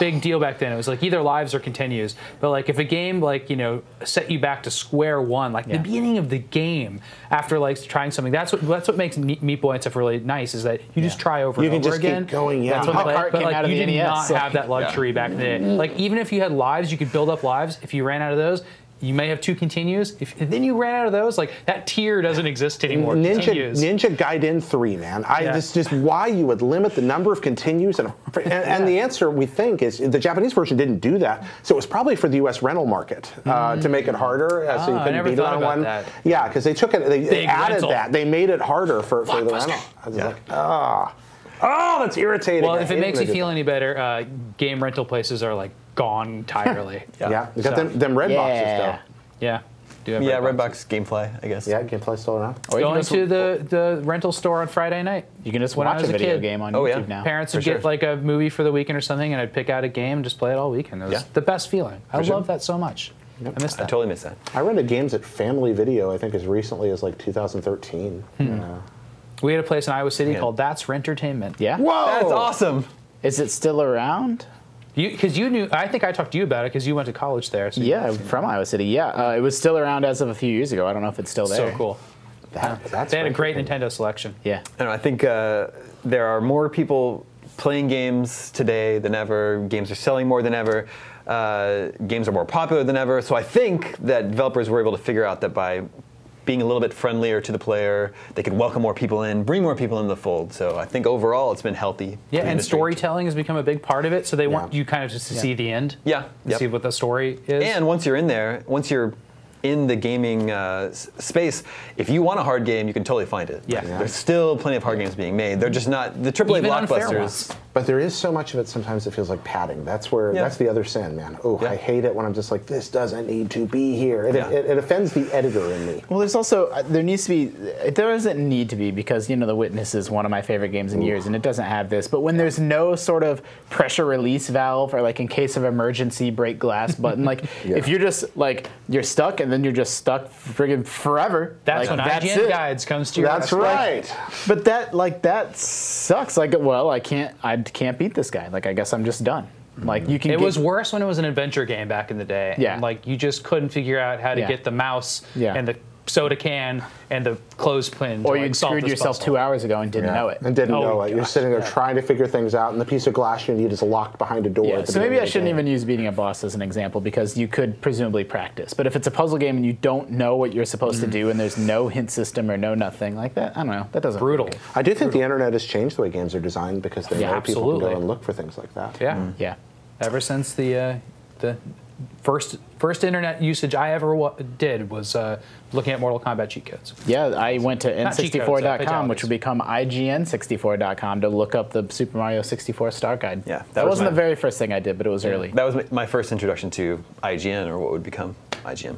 Speaker 4: big deal back then. It was like either lives or continues. But like if a game like you know set you back to square one, like the beginning of the game after like trying something, that's what that's what makes Me- Meat Boy and stuff really nice is that you just try over
Speaker 7: You
Speaker 4: and
Speaker 7: can
Speaker 4: over
Speaker 7: just keep
Speaker 4: again.
Speaker 7: going, yeah.
Speaker 4: That's what
Speaker 6: How
Speaker 4: like-
Speaker 6: Cart
Speaker 4: but
Speaker 6: came
Speaker 4: like
Speaker 6: out of
Speaker 4: you
Speaker 6: the
Speaker 7: E
Speaker 4: did
Speaker 6: NES,
Speaker 4: not have
Speaker 6: like-
Speaker 4: that luxury back then. Like even if you had lives, you could build up lives. If you ran out of those, you may have two continues. If then you ran out of those, like that tier doesn't exist anymore.
Speaker 7: Ninja,
Speaker 4: continues.
Speaker 7: Ninja Gaiden 3, man. I
Speaker 4: Yeah.
Speaker 7: this just why you would limit the number of continues and and, and the answer we think is the Japanese version didn't do that. So it was probably for the US rental market uh, to make it harder uh, so you
Speaker 4: Mm. Ah, I
Speaker 7: couldn't
Speaker 4: never
Speaker 7: beat it
Speaker 4: thought
Speaker 7: on
Speaker 4: about
Speaker 7: one.
Speaker 4: that.
Speaker 7: Yeah, cuz they took it they, they
Speaker 4: Big
Speaker 7: added
Speaker 4: rental.
Speaker 7: that. They made it harder for, for the rental. I was like, "Ah. Oh, that's irritating."
Speaker 4: well,
Speaker 7: I
Speaker 4: if it
Speaker 7: hate
Speaker 4: makes
Speaker 7: when
Speaker 4: you
Speaker 7: they do
Speaker 4: feel
Speaker 7: that.
Speaker 4: any better, uh, game rental places are like gone entirely.
Speaker 7: Yeah, you got
Speaker 4: So-
Speaker 7: them, them red
Speaker 6: Yeah.
Speaker 7: boxes
Speaker 4: yeah. Do have
Speaker 1: Yeah,
Speaker 4: red boxes.
Speaker 1: Redbox Gamefly, I guess.
Speaker 7: though. Yeah, gameplay's still around.
Speaker 6: Or you can
Speaker 4: Going
Speaker 6: just-
Speaker 4: to the, the rental store on Friday night.
Speaker 6: you can just
Speaker 4: when I
Speaker 6: watch a
Speaker 4: was a
Speaker 6: video
Speaker 4: kid.
Speaker 6: game on
Speaker 1: Oh, yeah.
Speaker 6: YouTube now.
Speaker 4: Parents would
Speaker 1: For
Speaker 4: get
Speaker 1: sure.
Speaker 4: like a movie for the weekend or something, and I'd pick out a game and just play it all weekend. It was
Speaker 1: Yeah.
Speaker 4: the best feeling. I
Speaker 1: sure.
Speaker 4: love that so much. I miss
Speaker 1: I
Speaker 4: that.
Speaker 1: totally missed that.
Speaker 7: I rented games at Family Video, I think as recently as like 2013.
Speaker 4: Hmm.
Speaker 7: Yeah.
Speaker 4: We had a place in Iowa City called That's Rentertainment.
Speaker 6: Yeah.
Speaker 7: Whoa!
Speaker 1: That's awesome.
Speaker 6: Is it still around?
Speaker 4: Because you, knew, I think I talked to you about it because you went to college there. So you-
Speaker 6: Yeah, from Iowa City. Yeah, uh, it was still around as of a few years ago. I don't know if it's still there.
Speaker 4: So cool.
Speaker 7: That- that's
Speaker 4: They had a great
Speaker 7: freaking-
Speaker 4: Nintendo selection.
Speaker 6: Yeah.
Speaker 1: I, don't know, I think uh, there are more people playing games today than ever. Games are selling more than ever. Uh, games are more popular than ever. So I think that developers were able to figure out that by being a little bit friendlier to the player, they could welcome more people in, bring more people into the fold. So I think overall it's been healthy.
Speaker 4: Yeah,
Speaker 1: for the
Speaker 4: and
Speaker 1: industry.
Speaker 4: storytelling has become a big part of it. So they want
Speaker 7: Yeah.
Speaker 4: you kind of just to see the end.
Speaker 1: Yeah,
Speaker 4: To
Speaker 1: yep.
Speaker 4: see what the story is.
Speaker 1: And once you're in there, once you're in the gaming uh, s- space, if you want a hard game, you can totally find it.
Speaker 4: Yeah.
Speaker 1: There's still plenty of hard games being made. They're just not the AAA
Speaker 4: Even unfair
Speaker 1: blockbusters.
Speaker 4: ones.
Speaker 7: But there is so much of it. Sometimes it feels like padding. That's where
Speaker 1: Yeah.
Speaker 7: that's the other sin, man. Oh,
Speaker 1: Yeah.
Speaker 7: I hate it when I'm just like, this doesn't need to be here. It,
Speaker 1: Yeah.
Speaker 7: it, it offends the editor in me.
Speaker 6: Well, there's also uh, there needs to be there doesn't need to be because you know The Witness is one of my favorite games in years, and it doesn't have this. But when there's no sort of pressure release valve or like in case of emergency break glass button, like if you're just like you're stuck and then you're just stuck friggin' forever.
Speaker 4: That's
Speaker 6: like,
Speaker 4: when
Speaker 6: that's
Speaker 4: IGN
Speaker 6: it.
Speaker 4: Guides comes to your
Speaker 7: That's
Speaker 4: rescue.
Speaker 7: right.
Speaker 6: But that like that sucks. Like well, I can't I can't beat this guy. Like I guess I'm just done. Like you can.
Speaker 4: It
Speaker 6: get-
Speaker 4: was worse when it was an adventure game back in the day.
Speaker 6: Yeah.
Speaker 4: And, like you just couldn't figure out how to
Speaker 6: Yeah.
Speaker 4: get the mouse
Speaker 6: Yeah.
Speaker 4: and the soda can and the clothespin.
Speaker 6: Or
Speaker 4: to,
Speaker 6: you
Speaker 4: like, solve
Speaker 6: screwed
Speaker 4: this
Speaker 6: yourself
Speaker 4: puzzle.
Speaker 6: two hours ago and didn't know it.
Speaker 7: And didn't
Speaker 4: Oh,
Speaker 7: know it. You're
Speaker 4: gosh,
Speaker 7: sitting there trying to figure things out, and the piece of glass you need is locked behind a door.
Speaker 6: Yeah,
Speaker 7: at the
Speaker 6: so maybe
Speaker 7: beginning
Speaker 6: I
Speaker 7: of the
Speaker 6: shouldn't
Speaker 7: game.
Speaker 6: even use beating a boss as an example because you could presumably practice. But if it's a puzzle game and you don't know what you're supposed to do and there's no hint system or no nothing like that, I don't know. That doesn't
Speaker 4: Brutal.
Speaker 7: I do think the internet has changed the way games are designed because they
Speaker 4: Yeah,
Speaker 7: know people can
Speaker 4: absolutely.
Speaker 6: Mm.
Speaker 7: go and look for things like that.
Speaker 4: Yeah.
Speaker 6: Yeah.
Speaker 4: Ever since the uh, the first first internet usage I ever wa- did was uh, looking at Mortal Kombat cheat codes.
Speaker 6: Yeah, I went to
Speaker 4: cheat codes, uh,
Speaker 6: n64.com, which
Speaker 4: fatalities.
Speaker 6: would become IGN64.com, to look up the Super Mario 64 Star Guide.
Speaker 1: Yeah, that
Speaker 6: that,
Speaker 1: was
Speaker 6: wasn't
Speaker 1: mine.
Speaker 6: the very first thing I did, but it was early.
Speaker 1: That was my- my first introduction to IGN, or what would become IGN.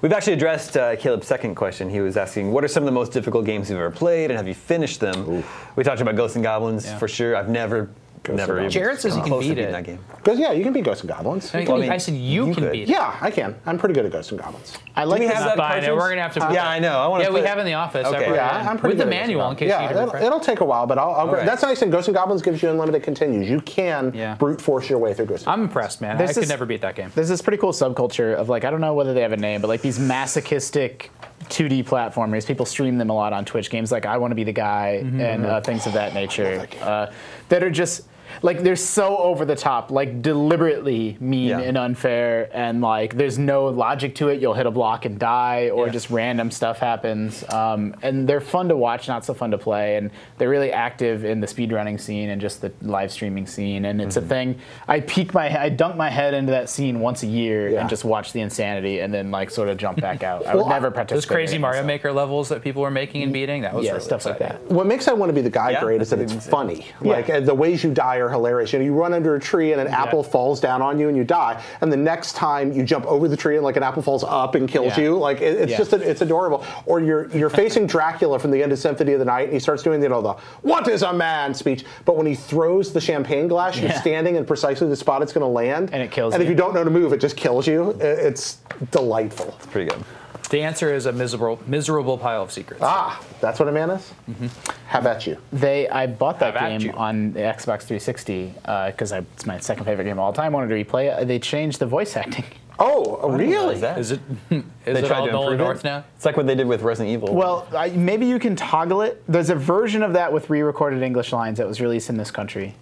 Speaker 1: We've actually addressed uh, Caleb's second question. He was asking, "What are some of the most difficult games you've ever played, and have you finished them?" We talked about Ghosts and Goblins for sure. I've never, never.
Speaker 7: and
Speaker 1: even
Speaker 4: Jared says you can
Speaker 1: close to
Speaker 4: beat
Speaker 1: beating
Speaker 4: it.
Speaker 1: That game.
Speaker 7: Because yeah, you can beat Ghosts and Goblins.
Speaker 4: I,
Speaker 1: Well, I mean,
Speaker 4: I said you,
Speaker 1: you
Speaker 4: can
Speaker 1: could.
Speaker 4: beat it.
Speaker 7: Yeah, I can. I'm pretty good at Ghosts and Goblins.
Speaker 6: I like
Speaker 1: we
Speaker 6: the
Speaker 1: have
Speaker 6: fact-
Speaker 1: that
Speaker 4: Fine,
Speaker 1: cartridge?
Speaker 4: we're gonna have to.
Speaker 1: Yeah, I know. I want to.
Speaker 4: Yeah, we have in the office. I
Speaker 1: Okay.
Speaker 4: brought it
Speaker 1: Yeah,
Speaker 4: in.
Speaker 7: I'm pretty
Speaker 4: with the
Speaker 7: good at Ghosts and
Speaker 4: manual in case
Speaker 7: Goblins.
Speaker 4: you need
Speaker 7: yeah,
Speaker 4: to
Speaker 7: it'll,
Speaker 4: refresh.
Speaker 7: it'll take a while, but I'll. I'll
Speaker 1: right.
Speaker 7: That's nice. And Ghosts and Goblins gives you unlimited continues. You can
Speaker 4: Yeah.
Speaker 7: brute force your way through Ghosts. and
Speaker 4: I'm impressed, man.
Speaker 6: There's
Speaker 4: I could
Speaker 6: this-
Speaker 4: never beat that game.
Speaker 6: There's this pretty cool subculture of like I don't know whether they have a name, but like these masochistic 2D platformers. People stream them a lot on Twitch. Games like I Want to Be the Guy and uh, things of that nature
Speaker 7: Mm-hmm. that game.
Speaker 6: uh, that are just like they're so over the top, like deliberately mean
Speaker 1: Yeah.
Speaker 6: and unfair, and like there's no logic to it. You'll hit a block and die, or
Speaker 4: Yeah.
Speaker 6: just random stuff happens. Um, and they're fun to watch, not so fun to play. And they're really active in the speedrunning scene and just the live streaming scene. And it's a thing. I peek my, he- I dunk my head into that scene once a year
Speaker 7: Yeah.
Speaker 6: and just watch the insanity, and then like sort of jump back out. I would
Speaker 7: Well, I-
Speaker 6: never participate.
Speaker 4: Those crazy
Speaker 6: in it,
Speaker 4: Mario
Speaker 6: so.
Speaker 4: Maker levels that people were making and beating. That was
Speaker 6: Yeah,
Speaker 4: really
Speaker 6: stuff like
Speaker 4: exciting.
Speaker 6: that.
Speaker 7: What makes I want to be the guy
Speaker 1: Yeah,
Speaker 7: great is that
Speaker 1: that's
Speaker 7: it's
Speaker 1: amazing.
Speaker 7: funny.
Speaker 6: Yeah.
Speaker 7: Like uh, the ways you die are hilarious. You know, you run under a tree and an apple falls down on you and you die, and the next time you jump over the tree and like an apple falls up and kills
Speaker 6: Yeah.
Speaker 7: you. Like it, it's
Speaker 6: Yeah.
Speaker 7: just a, it's adorable. Or you're you're facing Dracula from the end of Symphony of the Night and he starts doing you know the "What is a man?" speech, but when he throws the champagne glass, you're
Speaker 6: Yeah.
Speaker 7: standing in precisely the spot it's going to land,
Speaker 6: And it kills
Speaker 7: And if
Speaker 6: you.
Speaker 7: you don't know to move, it just kills you. I- It's delightful.
Speaker 1: Pretty good.
Speaker 4: The answer is a miserable, miserable pile of secrets.
Speaker 7: Ah, that's what a man is.
Speaker 6: Mm-hmm.
Speaker 7: How about you?
Speaker 6: They, I bought that
Speaker 4: Have at you.
Speaker 6: game on the Xbox 360 because I it's my second favorite game of all time. Wanted to replay it. They changed the voice acting.
Speaker 7: Oh,
Speaker 1: What
Speaker 7: really?
Speaker 1: is that?
Speaker 4: Is it? Is it all
Speaker 1: improve
Speaker 4: Nolan
Speaker 1: it?
Speaker 4: North now?
Speaker 1: It's like what they did with Resident Evil.
Speaker 6: Well, I, maybe you can toggle it. There's a version of that with re-recorded English lines that was released in this country.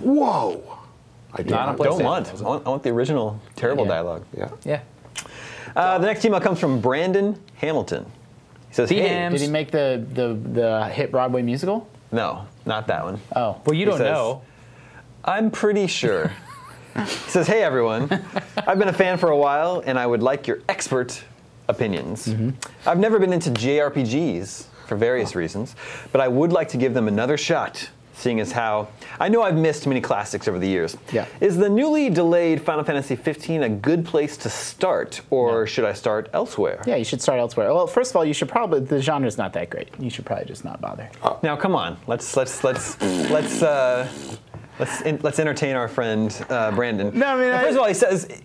Speaker 7: Whoa. I do
Speaker 4: Not a
Speaker 1: don't
Speaker 4: PlayStation.
Speaker 1: want. I want. I want the original terrible
Speaker 6: Yeah.
Speaker 1: dialogue.
Speaker 7: Yeah.
Speaker 4: Yeah.
Speaker 1: Uh, the next email comes from Brandon Hamilton. He says,
Speaker 4: The
Speaker 1: "Hey,
Speaker 4: Hams.
Speaker 6: Did he make the the, the hit Broadway musical?
Speaker 1: no, not that one.
Speaker 6: Oh,
Speaker 4: Well, you don't
Speaker 1: says-
Speaker 4: know.
Speaker 1: I'm pretty sure. he says, Hey everyone, I've been a fan for a while and I would like your expert opinions. I've never been into JRPGs for various reasons, but I would like to give them another shot, seeing as how I know I've missed many classics over the years.
Speaker 6: Yeah.
Speaker 1: Is the newly delayed Final Fantasy 15 a good place to start, or should I start elsewhere?
Speaker 6: yeah, you should start elsewhere. Well, first of all, you should probably the genre's not that great. You should probably just not bother.
Speaker 7: Uh,
Speaker 1: Now, come on. Let's let's let's let's uh, let's in, let's entertain our friend uh, Brandon.
Speaker 6: No, I mean,
Speaker 1: Now,
Speaker 6: I-
Speaker 1: first of all, he says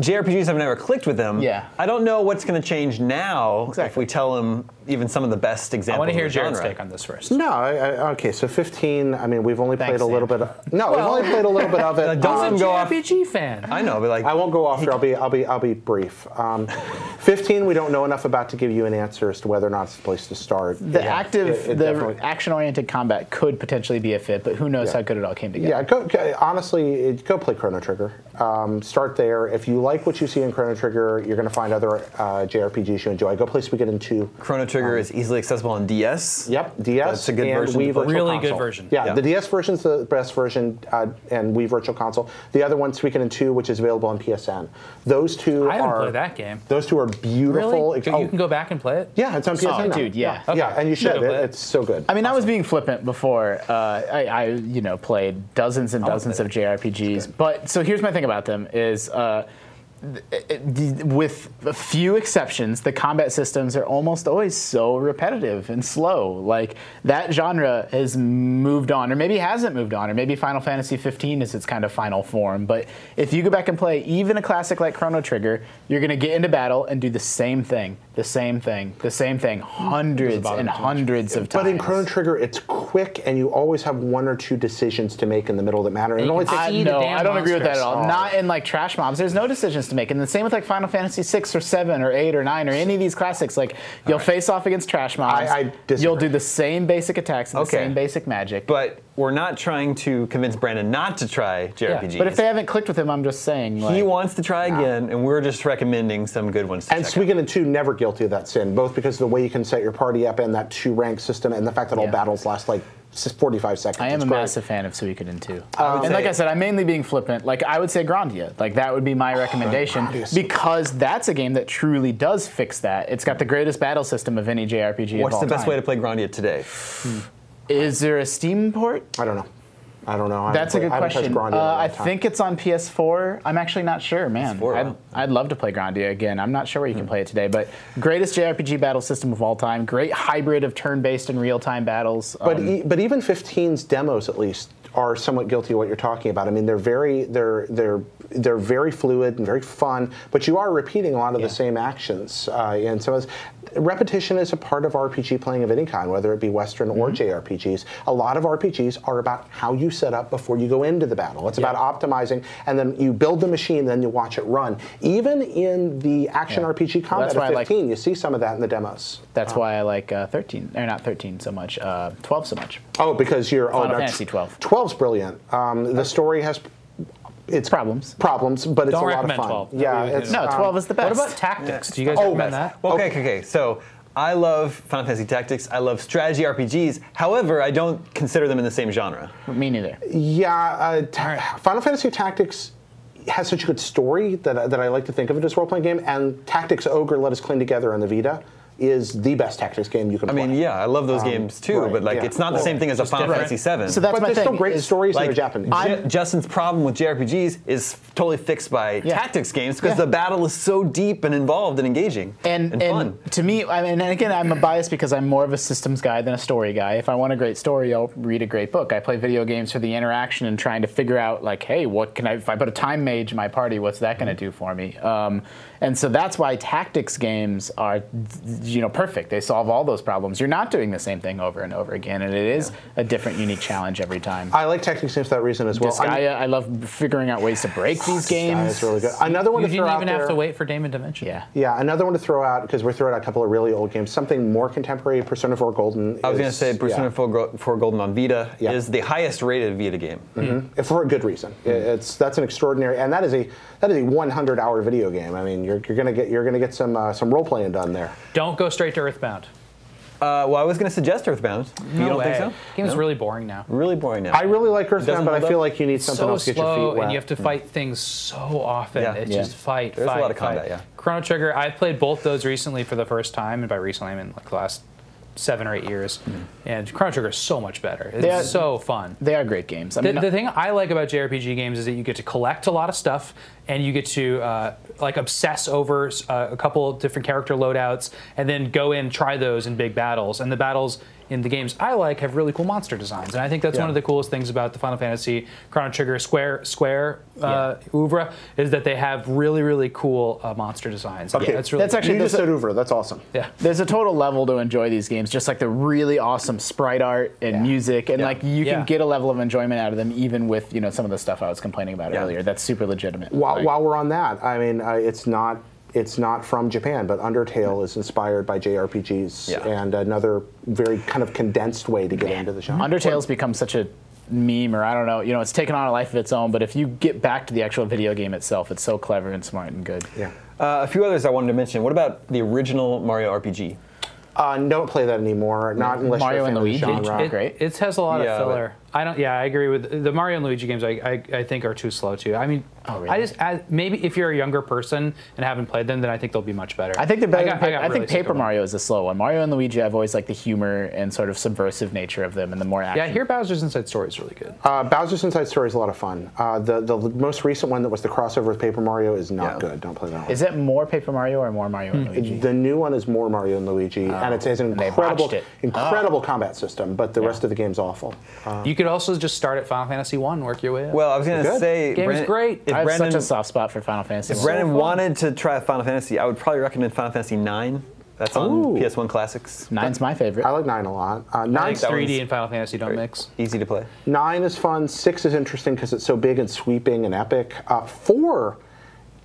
Speaker 1: JRPGs have never clicked with them.
Speaker 6: Yeah.
Speaker 1: I don't know what's going to change now if
Speaker 6: Exactly.
Speaker 1: we tell him even some of the best examples.
Speaker 4: I want to hear
Speaker 1: of the
Speaker 4: Jared's
Speaker 1: genre.
Speaker 4: take on this first.
Speaker 7: No, I, I, okay, so 15, I mean, we've only played
Speaker 6: Thanks,
Speaker 7: a little
Speaker 6: Sam.
Speaker 7: bit of, no, we've only played a little bit of it.
Speaker 1: don't
Speaker 7: Um,
Speaker 1: him go off-
Speaker 4: RPG fan.
Speaker 1: I know, but like
Speaker 7: I won't go off here. I'll be, I'll be, I'll be brief. Um, 15, we don't know enough about to give you an answer as to whether or not it's the place to start.
Speaker 6: The
Speaker 7: Yeah,
Speaker 6: active,
Speaker 7: it- it
Speaker 6: the
Speaker 7: definitely-
Speaker 6: action-oriented combat could potentially be a fit, but who knows
Speaker 7: Yeah.
Speaker 6: how good it all came together.
Speaker 7: Yeah, go, go- honestly, it- go play Chrono Trigger. Um, start there. If you like what you see in Chrono Trigger, you're going to find other uh, JRPGs you enjoy. Go play Suikoden 2.
Speaker 1: Chrono Trigger is easily accessible on DS.
Speaker 7: Yep, DS.
Speaker 1: That's a good
Speaker 7: and
Speaker 1: version to
Speaker 7: Wii
Speaker 1: play.
Speaker 7: Virtual
Speaker 4: Really good
Speaker 7: Console.
Speaker 4: version.
Speaker 7: Yeah,
Speaker 1: Yeah.
Speaker 7: the DS version's the best version, uh, and Wii Virtual Console. The other one's Suikoden 2, which is available on PSN. Those two
Speaker 4: I haven't
Speaker 7: are
Speaker 4: played that game.
Speaker 7: Those two are beautiful.
Speaker 4: Really?
Speaker 7: Ex-
Speaker 4: You
Speaker 7: oh,
Speaker 4: can go back and play it.
Speaker 7: yeah, it's on PSN. now.
Speaker 6: Solitude, yeah.
Speaker 7: yeah,
Speaker 4: Okay.
Speaker 7: and you should.
Speaker 4: Go play
Speaker 7: It-
Speaker 4: it.
Speaker 7: it's so good.
Speaker 6: I mean, I was being flippant before. Uh, I, I, you know, played dozens and dozens of JRPGs. But so here's my thing about them is. Uh, th- it- th- with a few exceptions, the combat systems are almost always so repetitive and slow. Like that genre has moved on, or maybe hasn't moved on, or maybe Final Fantasy 15 is its kind of final form. But if you go back and play even a classic like Chrono Trigger, you're going to get into battle and do the same thing, the same thing, the same thing, hundreds
Speaker 4: bother
Speaker 6: and
Speaker 4: me too much.
Speaker 6: hundreds of times.
Speaker 7: But in Chrono Trigger, it's quick, and you always have one or two decisions to make in the middle that matter. And it
Speaker 4: you
Speaker 7: only
Speaker 4: can
Speaker 7: takes
Speaker 4: see
Speaker 6: I,
Speaker 4: the
Speaker 6: no,
Speaker 4: damn
Speaker 6: I don't agree with that at
Speaker 4: monsters.
Speaker 6: all.
Speaker 7: Oh.
Speaker 6: Not in like trash mobs. There's no decisions to make, and the same with like Final Fantasy six or seven or eight or nine or any of these classics. Like you'll face off against trash mobs.
Speaker 7: I disagree.
Speaker 6: You'll do the same basic attacks and
Speaker 1: Okay.
Speaker 6: the same basic magic.
Speaker 1: But we're not trying to convince Brandon not to try JRPGs.
Speaker 6: but if they haven't clicked with him, I'm just saying. Like,
Speaker 1: he wants to try again, and we're just recommending some good ones. To
Speaker 7: And
Speaker 1: check out.
Speaker 7: Suikoden 2, never guilty of that sin, both because of the way you can set your party up and that two rank system and the fact that all
Speaker 6: Yeah.
Speaker 7: battles last like like s- 45 seconds.
Speaker 6: I am
Speaker 7: It's
Speaker 6: a
Speaker 7: great.
Speaker 6: massive fan of Suikoden 2.
Speaker 7: would
Speaker 6: and like
Speaker 7: say-
Speaker 6: I said, I'm mainly being flippant. Like I would say Grandia. Like that would be my recommendation
Speaker 7: Grandia's-
Speaker 6: because that's a game that truly does fix that. It's got the greatest battle system of any JRPG of
Speaker 1: What's
Speaker 6: all
Speaker 1: the best
Speaker 6: time.
Speaker 1: way to play Grandia today?
Speaker 6: Is there a Steam port?
Speaker 7: I don't know. I don't know. I
Speaker 6: That's a
Speaker 7: haven't
Speaker 6: good
Speaker 7: played- I haven't touched
Speaker 6: question.
Speaker 7: Grandia in a
Speaker 6: Uh,
Speaker 7: long
Speaker 6: I
Speaker 7: time.
Speaker 6: think it's on PS4. I'm actually not sure, man.
Speaker 1: PS4,
Speaker 6: I'd,
Speaker 1: wow.
Speaker 6: I'd love to play Grandia again. I'm not sure where you can
Speaker 7: Hmm.
Speaker 6: play it today, but greatest JRPG battle system of all time. Great hybrid of turn-based and real-time battles. Um,
Speaker 7: But, e- but even 15's demos, at least, are somewhat guilty of what you're talking about. I mean, they're very they're they're they're very fluid and very fun, but you are repeating a lot of the same actions. Uh, and so, it's, repetition is a part of RPG playing of any kind, whether it be Western
Speaker 6: Mm-hmm.
Speaker 7: or JRPGs. A lot of RPGs are about how you set up before you go into the battle. It's about optimizing, and then you build the machine, then you watch it run. Even in the action
Speaker 6: Yeah.
Speaker 7: RPG
Speaker 6: Well, that's
Speaker 7: combat
Speaker 6: why I
Speaker 7: of
Speaker 6: like-
Speaker 7: 15, you see some of that in the demos.
Speaker 6: That's why I like uh, 13, or not 13 so much, uh, 12 so much.
Speaker 7: Oh, because you're oh,
Speaker 6: Final
Speaker 7: no,
Speaker 6: Fantasy 12.
Speaker 7: 12's brilliant. Um, the story has its
Speaker 6: Problems.
Speaker 7: Problems, but it's
Speaker 4: Don't
Speaker 7: a lot of
Speaker 4: recommend
Speaker 7: fun.
Speaker 4: 12.
Speaker 7: Yeah,
Speaker 4: No,
Speaker 7: it's,
Speaker 6: No,
Speaker 7: um,
Speaker 6: 12 is the best.
Speaker 4: What about tactics? Do you guys
Speaker 7: Oh,
Speaker 4: recommend
Speaker 7: best.
Speaker 4: that?
Speaker 1: Well, okay, okay, okay. So I love Final Fantasy Tactics. I love strategy RPGs. However, I don't consider them in the same genre.
Speaker 6: Me neither.
Speaker 7: Yeah, uh, ta- Final Fantasy Tactics has such a good story that, I- that I like to think of it as a role playing game, and Tactics Ogre Let Us Clean Together on the Vita is the best tactics game you can
Speaker 1: I
Speaker 7: play.
Speaker 1: mean, yeah, I love those games too,
Speaker 7: Um, right,
Speaker 1: but like
Speaker 7: yeah.
Speaker 1: it's not the
Speaker 7: Well,
Speaker 1: same thing as a Final
Speaker 4: different.
Speaker 1: Fantasy VII.
Speaker 6: So that's
Speaker 7: But
Speaker 6: my
Speaker 7: there's
Speaker 6: thing.
Speaker 7: still great
Speaker 6: is-
Speaker 7: stories that
Speaker 1: like
Speaker 7: are Japanese.
Speaker 1: Ju- Justin's problem with JRPGs is totally fixed by tactics games because
Speaker 6: Yeah.
Speaker 1: the battle is so deep and involved and engaging
Speaker 6: and, and,
Speaker 1: fun.
Speaker 6: to me, I mean, and again, I'm a bias because I'm more of a systems guy than a story guy. If I want a great story, I'll read a great book. I play video games for the interaction and trying to figure out, like, hey, what can I? If I put a time mage in my party, what's that going to do for me? Um, and so that's why tactics games are, you know, perfect. They solve all those problems. You're not doing the same thing over and over again, and it is a different, unique challenge every time.
Speaker 7: I like tactics games for that reason as well. I mean,
Speaker 6: Disgaea, I love figuring out ways to break these games.
Speaker 7: Disgaea's really good. Another one
Speaker 4: You
Speaker 7: to
Speaker 4: didn't
Speaker 7: throw
Speaker 4: even
Speaker 7: out
Speaker 4: have
Speaker 7: there-
Speaker 4: to wait for Damon Dimension.
Speaker 6: Yeah.
Speaker 7: Yeah, another one to throw out because we're throwing out a couple of really old games. Something more contemporary, Persona 4 Golden.
Speaker 1: I was going to
Speaker 7: is-
Speaker 1: say Persona
Speaker 7: yeah.
Speaker 1: 4, Gro- 4 Golden on Vita
Speaker 7: Yeah. Mm-hmm.
Speaker 1: is the highest rated Vita game.
Speaker 7: And for a good reason. It- It's that's an extraordinary, and that is a that is a 100 hour video game. I mean, you're, you're gonna get you're gonna get some uh, some role playing done there.
Speaker 4: Don't go straight to Earthbound.
Speaker 1: Uh, well, I was going to suggest Earthbound. you don't think so?
Speaker 4: Game is really boring now.
Speaker 1: Really boring now.
Speaker 7: I really like Earthbound,
Speaker 1: Doesn't
Speaker 7: but I
Speaker 1: hold up?
Speaker 7: feel like you need something
Speaker 4: so
Speaker 7: else to get your
Speaker 4: slow,
Speaker 7: feet wet.
Speaker 4: and you have to fight things so often.
Speaker 1: Yeah.
Speaker 4: It's
Speaker 1: Yeah.
Speaker 4: just fight,
Speaker 1: There's a
Speaker 4: fight,
Speaker 1: lot of combat,
Speaker 4: fight.
Speaker 1: yeah.
Speaker 4: Chrono Trigger. I've played both those recently for the first time, and by recently I mean like the last seven or eight years. And Chrono Trigger is so much better. It's
Speaker 6: Yeah.
Speaker 4: so fun.
Speaker 6: They are great games. I
Speaker 4: The,
Speaker 6: mean,
Speaker 4: the thing I like about JRPG games is that you get to collect a lot of stuff, and you get to uh, like obsess over uh, a couple different character loadouts, and then go in try those in big battles. And the battles in the games I like have really cool monster designs, and I think that's one of the coolest things about the Final Fantasy Chrono Trigger Square Square uh, oeuvre is that they have really really cool uh, monster designs. Okay, that's really
Speaker 6: that's actually-
Speaker 7: you just
Speaker 6: there's
Speaker 7: said Uber. That's awesome.
Speaker 4: yeah.
Speaker 6: there's a total level to enjoy these games, just like the really awesome sprite art and music, and like you
Speaker 4: Yeah.
Speaker 6: can get a level of enjoyment out of them, even with you know some of the stuff I was complaining about
Speaker 1: Yeah.
Speaker 6: earlier. That's super legitimate.
Speaker 7: While,
Speaker 6: Like,
Speaker 7: while we're on that, I mean, uh, it's not it's not from Japan, but Undertale is inspired by JRPGs,
Speaker 1: Yeah.
Speaker 7: and another very kind of condensed way to get into the genre.
Speaker 6: Undertale's become such a meme, or I don't know, you know, it's taken on a life of its own. But if you get back to the actual video game itself, it's so clever and smart and good.
Speaker 7: Yeah.
Speaker 1: Uh, a few others I wanted to mention. What about the original Mario RPG?
Speaker 7: Uh, don't play that anymore. Not unless
Speaker 6: Mario
Speaker 7: you're a fan
Speaker 6: and
Speaker 7: of the
Speaker 6: Luigi.
Speaker 7: genre.
Speaker 4: It,
Speaker 6: right?
Speaker 4: it has a lot
Speaker 1: Yeah,
Speaker 4: of
Speaker 1: but-
Speaker 4: filler. I don't. Yeah, I agree with the Mario and Luigi games. I, I, I think are too slow too. I mean,
Speaker 6: Oh, really?
Speaker 4: I just I, maybe if you're a younger person and haven't played them, then I think they'll be much better.
Speaker 6: I think they're better.
Speaker 4: got-
Speaker 6: than
Speaker 4: got
Speaker 6: Pa- I,
Speaker 4: really
Speaker 6: think
Speaker 4: sick
Speaker 6: Paper
Speaker 4: of them.
Speaker 6: Mario is the slow one. Mario and Luigi, I've always liked the humor and sort of subversive nature of them, and the more action.
Speaker 4: Yeah, I hear Bowser's Inside Story is really good.
Speaker 6: Uh-huh.
Speaker 7: Uh, Bowser's Inside Story is a lot of fun. Uh, the the most recent one that was the crossover with Paper Mario is not
Speaker 1: Yeah.
Speaker 7: good. Don't play that one.
Speaker 6: Is it more Paper Mario or more Mario and Luigi? Oh.
Speaker 7: the new one is more Mario and Luigi, and it's, it's an
Speaker 6: they
Speaker 7: incredible,
Speaker 6: botched it. Oh.
Speaker 7: incredible combat system. But the rest of the game's awful. Uh,
Speaker 4: you could also just start at Final Fantasy One, work your way up.
Speaker 1: Well, I was going to
Speaker 7: Good.
Speaker 1: say.
Speaker 4: Game
Speaker 1: Brandon-
Speaker 4: is great.
Speaker 1: If
Speaker 6: I have
Speaker 1: Brandon,
Speaker 6: such a soft spot for Final Fantasy.
Speaker 1: if
Speaker 6: one.
Speaker 1: Brandon wanted to try Final Fantasy, I would probably recommend Final Fantasy 9. That's on
Speaker 7: Ooh.
Speaker 1: PS1 Classics.
Speaker 6: Nine's my favorite.
Speaker 7: I like nine a lot. Uh,
Speaker 4: I
Speaker 7: nine,
Speaker 4: think
Speaker 1: that
Speaker 4: 3D
Speaker 1: one's
Speaker 4: and Final Fantasy don't mix.
Speaker 1: Easy to play.
Speaker 7: nine is fun. Six is interesting because it's so big and sweeping and epic. Uh, four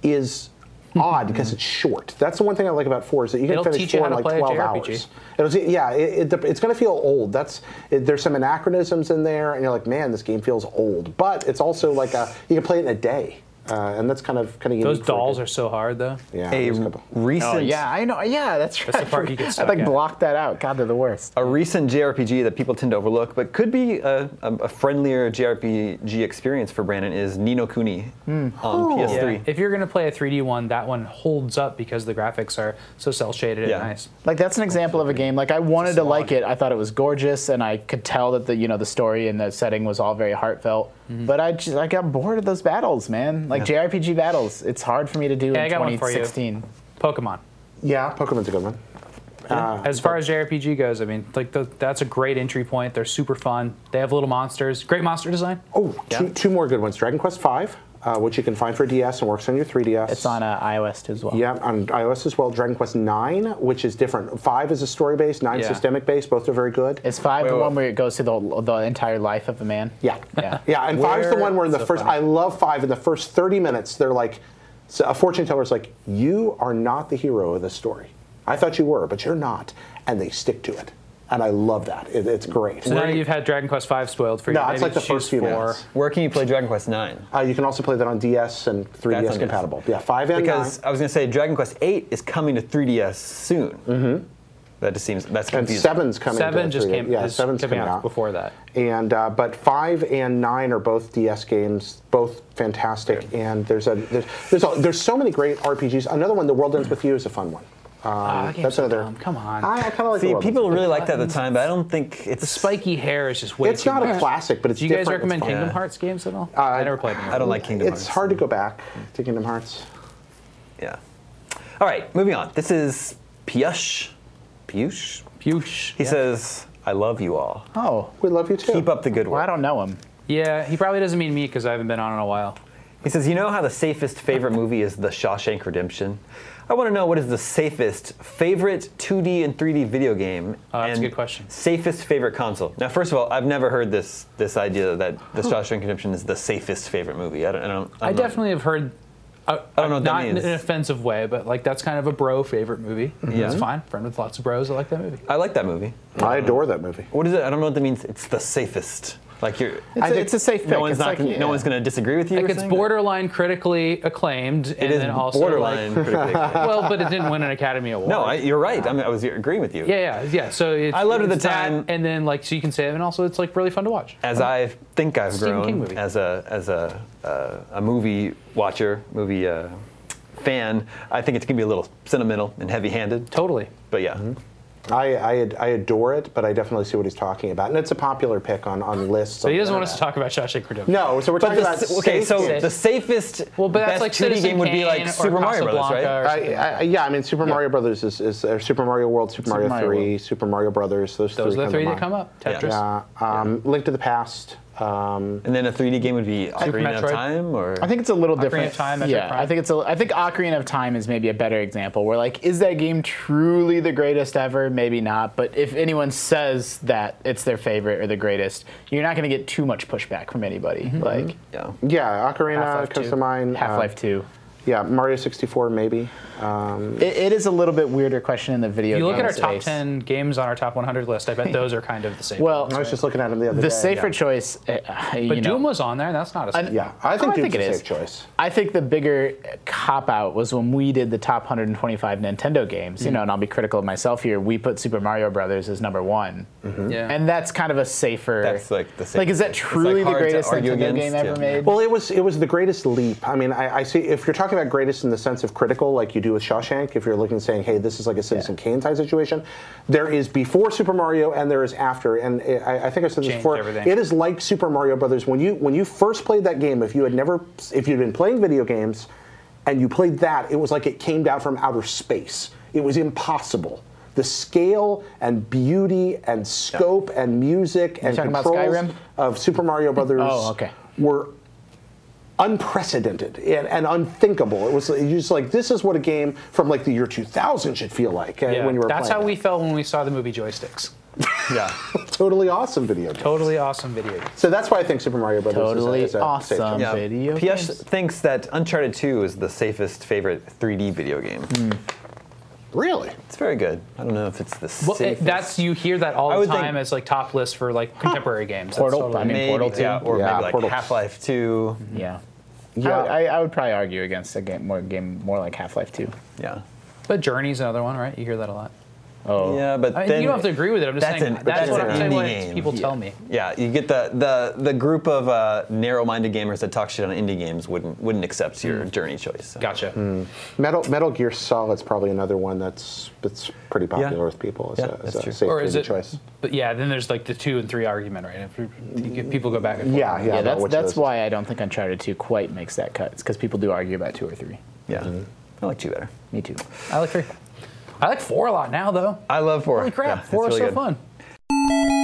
Speaker 7: is odd because it's short. That's the one thing I like about four is that you can
Speaker 4: It'll
Speaker 7: finish
Speaker 4: teach you
Speaker 7: four
Speaker 4: how
Speaker 7: in
Speaker 4: to play
Speaker 7: like
Speaker 4: a
Speaker 7: twelve
Speaker 4: JRPG.
Speaker 7: hours. It'll, see- yeah, it, it, it's going to feel old. That's it, there's some anachronisms in there, and you're like, man, this game feels old. But it's also like a you can play it in a day. uh, and that's kind of kind of
Speaker 4: Those dolls are so hard, though.
Speaker 7: yeah.
Speaker 1: A
Speaker 7: there's couple.
Speaker 1: recent,
Speaker 6: Oh, yeah, I know. Yeah, that's right.
Speaker 4: the part you get
Speaker 6: I
Speaker 4: stuck
Speaker 6: like
Speaker 4: at.
Speaker 6: blocked that out. God, they're the worst.
Speaker 1: a recent JRPG that people tend to overlook, but could be a, a, a friendlier JRPG experience for Brandon is Nino Kuni
Speaker 7: Hmm.
Speaker 1: on PS3.
Speaker 4: If you're gonna play a 3D one, that one holds up because the graphics are so cel shaded
Speaker 1: Yeah.
Speaker 4: and nice.
Speaker 6: Like that's an example of a game. Like I wanted to like it. I thought it was gorgeous, and I could tell that the you know the story and the setting was all very heartfelt. But I just I got bored of those battles, man. Like JRPG battles, it's hard for me to do
Speaker 4: Hey, I
Speaker 6: in
Speaker 4: got one for you.
Speaker 6: 2016.
Speaker 4: Pokemon.
Speaker 7: yeah, Pokemon's a good one.
Speaker 4: As far as JRPG goes, I mean, like the, that's a great entry point. They're super fun. They have little monsters. Great monster design.
Speaker 7: Oh, two two more good ones. Dragon Quest V, uh, which you can find for DS and works on your 3DS.
Speaker 6: It's on uh, iOS too as well.
Speaker 7: Yeah, on iOS as well. Dragon Quest Nine, which is different. Five is a story based, nine
Speaker 1: Yeah.
Speaker 7: systemic based. Both are very good.
Speaker 6: Is five the
Speaker 1: Wait,
Speaker 6: one
Speaker 1: wait.
Speaker 6: where it goes through the the entire life of a man?
Speaker 7: yeah,
Speaker 6: Yeah.
Speaker 7: yeah. And five's the
Speaker 1: Where-
Speaker 7: one where in the
Speaker 1: so
Speaker 7: first.
Speaker 1: funny.
Speaker 7: I love five. In the first thirty minutes, they're like, so a fortune teller's like, "You are not the hero of this story. I thought you were, but you're not." And they stick to it, and I love that. It, it's great.
Speaker 4: So now that you've had Dragon Quest V spoiled for you.
Speaker 7: no, it's
Speaker 4: maybe
Speaker 7: like the
Speaker 4: choose
Speaker 7: first few
Speaker 4: four.
Speaker 7: minutes.
Speaker 1: Where can you play Dragon Quest IX?
Speaker 7: Uh, you can also play that on DS and
Speaker 1: That's
Speaker 7: 3DS
Speaker 1: on
Speaker 7: compatible.
Speaker 1: DS.
Speaker 7: Yeah, five and
Speaker 1: Because
Speaker 7: nine.
Speaker 1: I was going to say Dragon Quest VIII is coming to 3DS soon. Mm-hmm. That just seems that's
Speaker 7: And
Speaker 1: confusing.
Speaker 7: seven's coming. to
Speaker 4: Seven just
Speaker 7: 3D.
Speaker 4: came.
Speaker 7: Yeah,
Speaker 4: is
Speaker 7: seven's
Speaker 4: coming
Speaker 7: coming out
Speaker 4: before that.
Speaker 7: and uh, but five and nine are both DS games, both fantastic. And there's a there's there's, a, there's so many great RPGs. Another one, The World Ends with You, is a fun one. Um,
Speaker 4: Ah, that game's so dumb. Come on.
Speaker 7: I, I kind of like The
Speaker 1: See,
Speaker 7: World Ends
Speaker 1: people
Speaker 7: with You.
Speaker 1: really liked that at the time, but I don't think it's
Speaker 4: The spiky hair is just way
Speaker 7: It's
Speaker 4: too
Speaker 7: not a
Speaker 4: much.
Speaker 7: classic, but it's
Speaker 4: Do you guys
Speaker 7: different. Uh,
Speaker 4: recommend
Speaker 7: It's fun.
Speaker 4: Kingdom
Speaker 1: Yeah.
Speaker 4: Hearts games at all? I never played them.
Speaker 1: I don't like Kingdom Hearts.
Speaker 7: It's hard to go back to Kingdom Hearts.
Speaker 1: Yeah. All right, moving on. This is Piyush. Piyush.
Speaker 4: Poosh.
Speaker 1: He says, "I love you all.
Speaker 6: Oh,
Speaker 7: We love you too.
Speaker 1: Keep up the good
Speaker 6: well, I
Speaker 1: work."
Speaker 6: don't know him.
Speaker 4: Yeah, he probably doesn't mean me because I haven't been on in a while.
Speaker 1: He says, "You know how the safest favorite movie is The Shawshank Redemption? I want to know what is the safest favorite 2D and 3D video game
Speaker 4: Oh, that's
Speaker 1: and
Speaker 4: a good question.
Speaker 1: Safest favorite console. Now, first of all, I've never heard this this idea that The Shawshank Redemption is the safest favorite movie. I don't. I, don't, I'm
Speaker 4: i
Speaker 1: not-
Speaker 4: definitely have heard. I
Speaker 1: don't know what that
Speaker 4: not
Speaker 1: means. Mm-hmm.
Speaker 4: in an offensive way, but like that's kind of a bro favorite movie.
Speaker 1: Yeah.
Speaker 4: it's fine. Friend with lots of bros, I like that movie.
Speaker 1: I like that movie.
Speaker 7: I adore that movie.
Speaker 1: What is it? I don't know what that means. It's the safest. Like you're.
Speaker 6: It's, a,
Speaker 7: think
Speaker 6: it's a safe pick.
Speaker 1: no one's
Speaker 6: It's
Speaker 1: not.
Speaker 6: like,
Speaker 1: gonna,
Speaker 6: yeah.
Speaker 1: No one's going to disagree with you.
Speaker 4: Like
Speaker 1: you're
Speaker 4: it's
Speaker 1: saying? It
Speaker 4: borderline critically acclaimed, and
Speaker 1: is
Speaker 4: then also
Speaker 1: borderline
Speaker 4: Like,
Speaker 1: critically acclaimed.
Speaker 4: well, but it didn't win an Academy Award.
Speaker 1: No, I, you're right. I, mean, I was agreeing with you.
Speaker 4: yeah, yeah, yeah. So it's,
Speaker 1: I loved it at the
Speaker 4: it's that,
Speaker 1: time.
Speaker 4: and then like so you can say, it, and also it's like really fun to watch.
Speaker 1: As I think I've
Speaker 4: Stephen King
Speaker 1: grown
Speaker 4: movie.
Speaker 1: as a as a uh, a movie watcher, movie uh, fan, I think it's gonna be a little sentimental and heavy-handed.
Speaker 4: Totally. Mm-hmm.
Speaker 1: But yeah,
Speaker 7: I, I ad- I adore it, but I definitely see what he's talking about, and it's a popular pick on on lists.
Speaker 4: But he doesn't want us to talk about Shawshank Redemption.
Speaker 7: No, so we're
Speaker 1: but
Speaker 7: talking
Speaker 1: the,
Speaker 7: about
Speaker 1: s- okay, so
Speaker 7: safety.
Speaker 1: the safest
Speaker 4: Well, but that's
Speaker 1: best
Speaker 4: like
Speaker 1: 2D
Speaker 4: Citizen
Speaker 1: game would be like
Speaker 4: Kane or
Speaker 1: Super Mario Brothers,
Speaker 4: Casablanca
Speaker 1: right?
Speaker 4: or
Speaker 7: I,
Speaker 4: something.
Speaker 7: I, yeah, I mean, Super Mario Brothers is, is uh, Super Mario World, Super, Mario,
Speaker 6: Mario
Speaker 7: 3,
Speaker 6: World.
Speaker 7: Super Mario Brothers. Those,
Speaker 4: Those are the three
Speaker 7: to
Speaker 4: that come
Speaker 7: mind.
Speaker 4: up. Tetris.
Speaker 7: Yeah, um, Link to the Past. Um,
Speaker 1: And then a 3D game would be Ocarina of
Speaker 4: Metroid.
Speaker 1: Time, or
Speaker 6: I think it's a little
Speaker 4: of
Speaker 6: different.
Speaker 4: Time, Metroid
Speaker 6: yeah,
Speaker 4: Prime.
Speaker 6: I think it's a. I think Ocarina of Time is maybe a better example. Where like, is that game truly the greatest ever? Maybe not. But if anyone says that it's their favorite or the greatest, you're not going to get too much pushback from anybody.
Speaker 7: Mm-hmm.
Speaker 6: Like
Speaker 1: yeah.
Speaker 7: yeah, Ocarina
Speaker 6: Half-Life
Speaker 7: comes
Speaker 6: 2.
Speaker 7: to mind. uh,
Speaker 6: Half Life Two.
Speaker 7: Yeah, Mario 64 maybe. Um,
Speaker 6: It, it is a little bit weirder question in the video.
Speaker 4: If you look
Speaker 6: game
Speaker 4: at our top
Speaker 6: space.
Speaker 4: ten games on our top 100 list, I bet those are kind of the same.
Speaker 6: Well,
Speaker 7: I was just looking at him the other day.
Speaker 6: the safer
Speaker 7: Oh, yeah.
Speaker 6: choice. Uh, uh, you
Speaker 4: but
Speaker 6: know,
Speaker 4: Doom was on there. and That's not a.
Speaker 6: And-
Speaker 7: Yeah, I think
Speaker 6: I
Speaker 7: Doom's
Speaker 6: think
Speaker 7: a
Speaker 6: it is.
Speaker 7: safe choice.
Speaker 6: I think the bigger cop out was when we did the top 125 Nintendo games,
Speaker 7: Mm-hmm.
Speaker 6: you know, and I'll be critical of myself here. We put Super Mario Brothers as number one,
Speaker 7: Mm-hmm.
Speaker 4: Yeah.
Speaker 6: and that's kind of a safer.
Speaker 1: That's like the
Speaker 6: Like, is that
Speaker 1: safest. It's, like,
Speaker 6: truly the
Speaker 1: hard to
Speaker 6: greatest
Speaker 1: argue
Speaker 6: Nintendo
Speaker 1: against,
Speaker 6: game ever
Speaker 1: yeah.
Speaker 6: made?
Speaker 7: Well, it was it was the greatest leap. I mean, I, I see if you're talking about greatest in the sense of critical, like you do with Shawshank, if you're looking saying, hey, this is like a Citizen Kane type situation, there is before Super Mario and there is after. And I, I think I said this
Speaker 4: Changed
Speaker 7: before.
Speaker 4: everything.
Speaker 7: It is like Super Mario Brothers. When you when you first played that game, if you had never if you'd been playing video games, and you played that, it was like it came down from outer space. It was impossible. The scale and beauty and scope and music and
Speaker 6: talking about
Speaker 7: controls
Speaker 6: Skyrim?
Speaker 7: of Super Mario Brothers
Speaker 6: Oh, okay.
Speaker 7: were unprecedented and, and unthinkable. It was you just like this is what a game from like the year 2000 should feel like uh,
Speaker 4: Yeah,
Speaker 7: when you were
Speaker 4: That's
Speaker 7: playing.
Speaker 4: how we
Speaker 7: it.
Speaker 4: felt when we saw the movie Joysticks.
Speaker 1: yeah.
Speaker 7: totally awesome video. Game.
Speaker 4: Totally awesome video. game.
Speaker 7: So that's why I think Super Mario Brothers
Speaker 6: Totally
Speaker 7: is a, is a safe
Speaker 6: awesome.
Speaker 7: choice.
Speaker 1: Yeah.
Speaker 6: Video
Speaker 1: Piyush
Speaker 6: games.
Speaker 1: thinks that Uncharted 2 is the safest favorite 3D video game.
Speaker 4: Hmm.
Speaker 7: Really?
Speaker 1: It's very good. I don't know if it's the
Speaker 4: Well, it-
Speaker 1: safest.
Speaker 4: that's you hear that all
Speaker 1: I
Speaker 4: the
Speaker 1: would
Speaker 4: time
Speaker 1: think-
Speaker 4: as like top lists for like contemporary games. That's
Speaker 6: Portal,
Speaker 4: totally-
Speaker 6: I mean,
Speaker 1: maybe,
Speaker 6: Portal 2.
Speaker 1: yeah, or
Speaker 7: Yeah,
Speaker 1: maybe like
Speaker 7: Portal.
Speaker 4: Hmm.
Speaker 1: Half-Life 2.
Speaker 6: yeah. I, would, I, I would probably argue against a game more game more like Half Life Two.
Speaker 1: yeah.
Speaker 4: But Journey's another one, right? You hear that a lot.
Speaker 6: Oh,
Speaker 1: Yeah, but
Speaker 4: I,
Speaker 1: then
Speaker 4: you don't have to agree with it. I'm just
Speaker 1: that's
Speaker 4: saying
Speaker 1: an- but
Speaker 4: that's
Speaker 1: that's
Speaker 4: what
Speaker 1: an
Speaker 4: I'm saying.
Speaker 1: indie
Speaker 4: What
Speaker 1: game.
Speaker 4: people tell me.
Speaker 1: Yeah, you get the the, the group of uh, narrow-minded gamers that talk shit on indie games wouldn't wouldn't accept
Speaker 4: Mm.
Speaker 1: your journey choice. so.
Speaker 4: Gotcha.
Speaker 7: Hmm. Metal Metal Gear Solid's probably another one that's that's pretty popular with people as
Speaker 1: Yeah,
Speaker 7: a, as
Speaker 1: that's true.
Speaker 7: a safe
Speaker 4: Or is
Speaker 7: food
Speaker 4: it?
Speaker 7: choice.
Speaker 4: But yeah, then there's like the two and three argument, right? If you- if people go back and forth.
Speaker 7: Yeah, yeah.
Speaker 6: yeah.
Speaker 7: about
Speaker 6: That's
Speaker 7: which of
Speaker 6: that's
Speaker 7: those-
Speaker 6: why I don't think Uncharted Two quite makes that cut. It's because people do argue about two or three.
Speaker 1: Yeah, I like two better.
Speaker 6: Me too.
Speaker 4: I like three. I like four a lot now, though.
Speaker 1: I love four.
Speaker 4: Holy crap,
Speaker 1: Yeah, it's
Speaker 4: four is
Speaker 1: really
Speaker 4: so
Speaker 1: good.
Speaker 4: fun.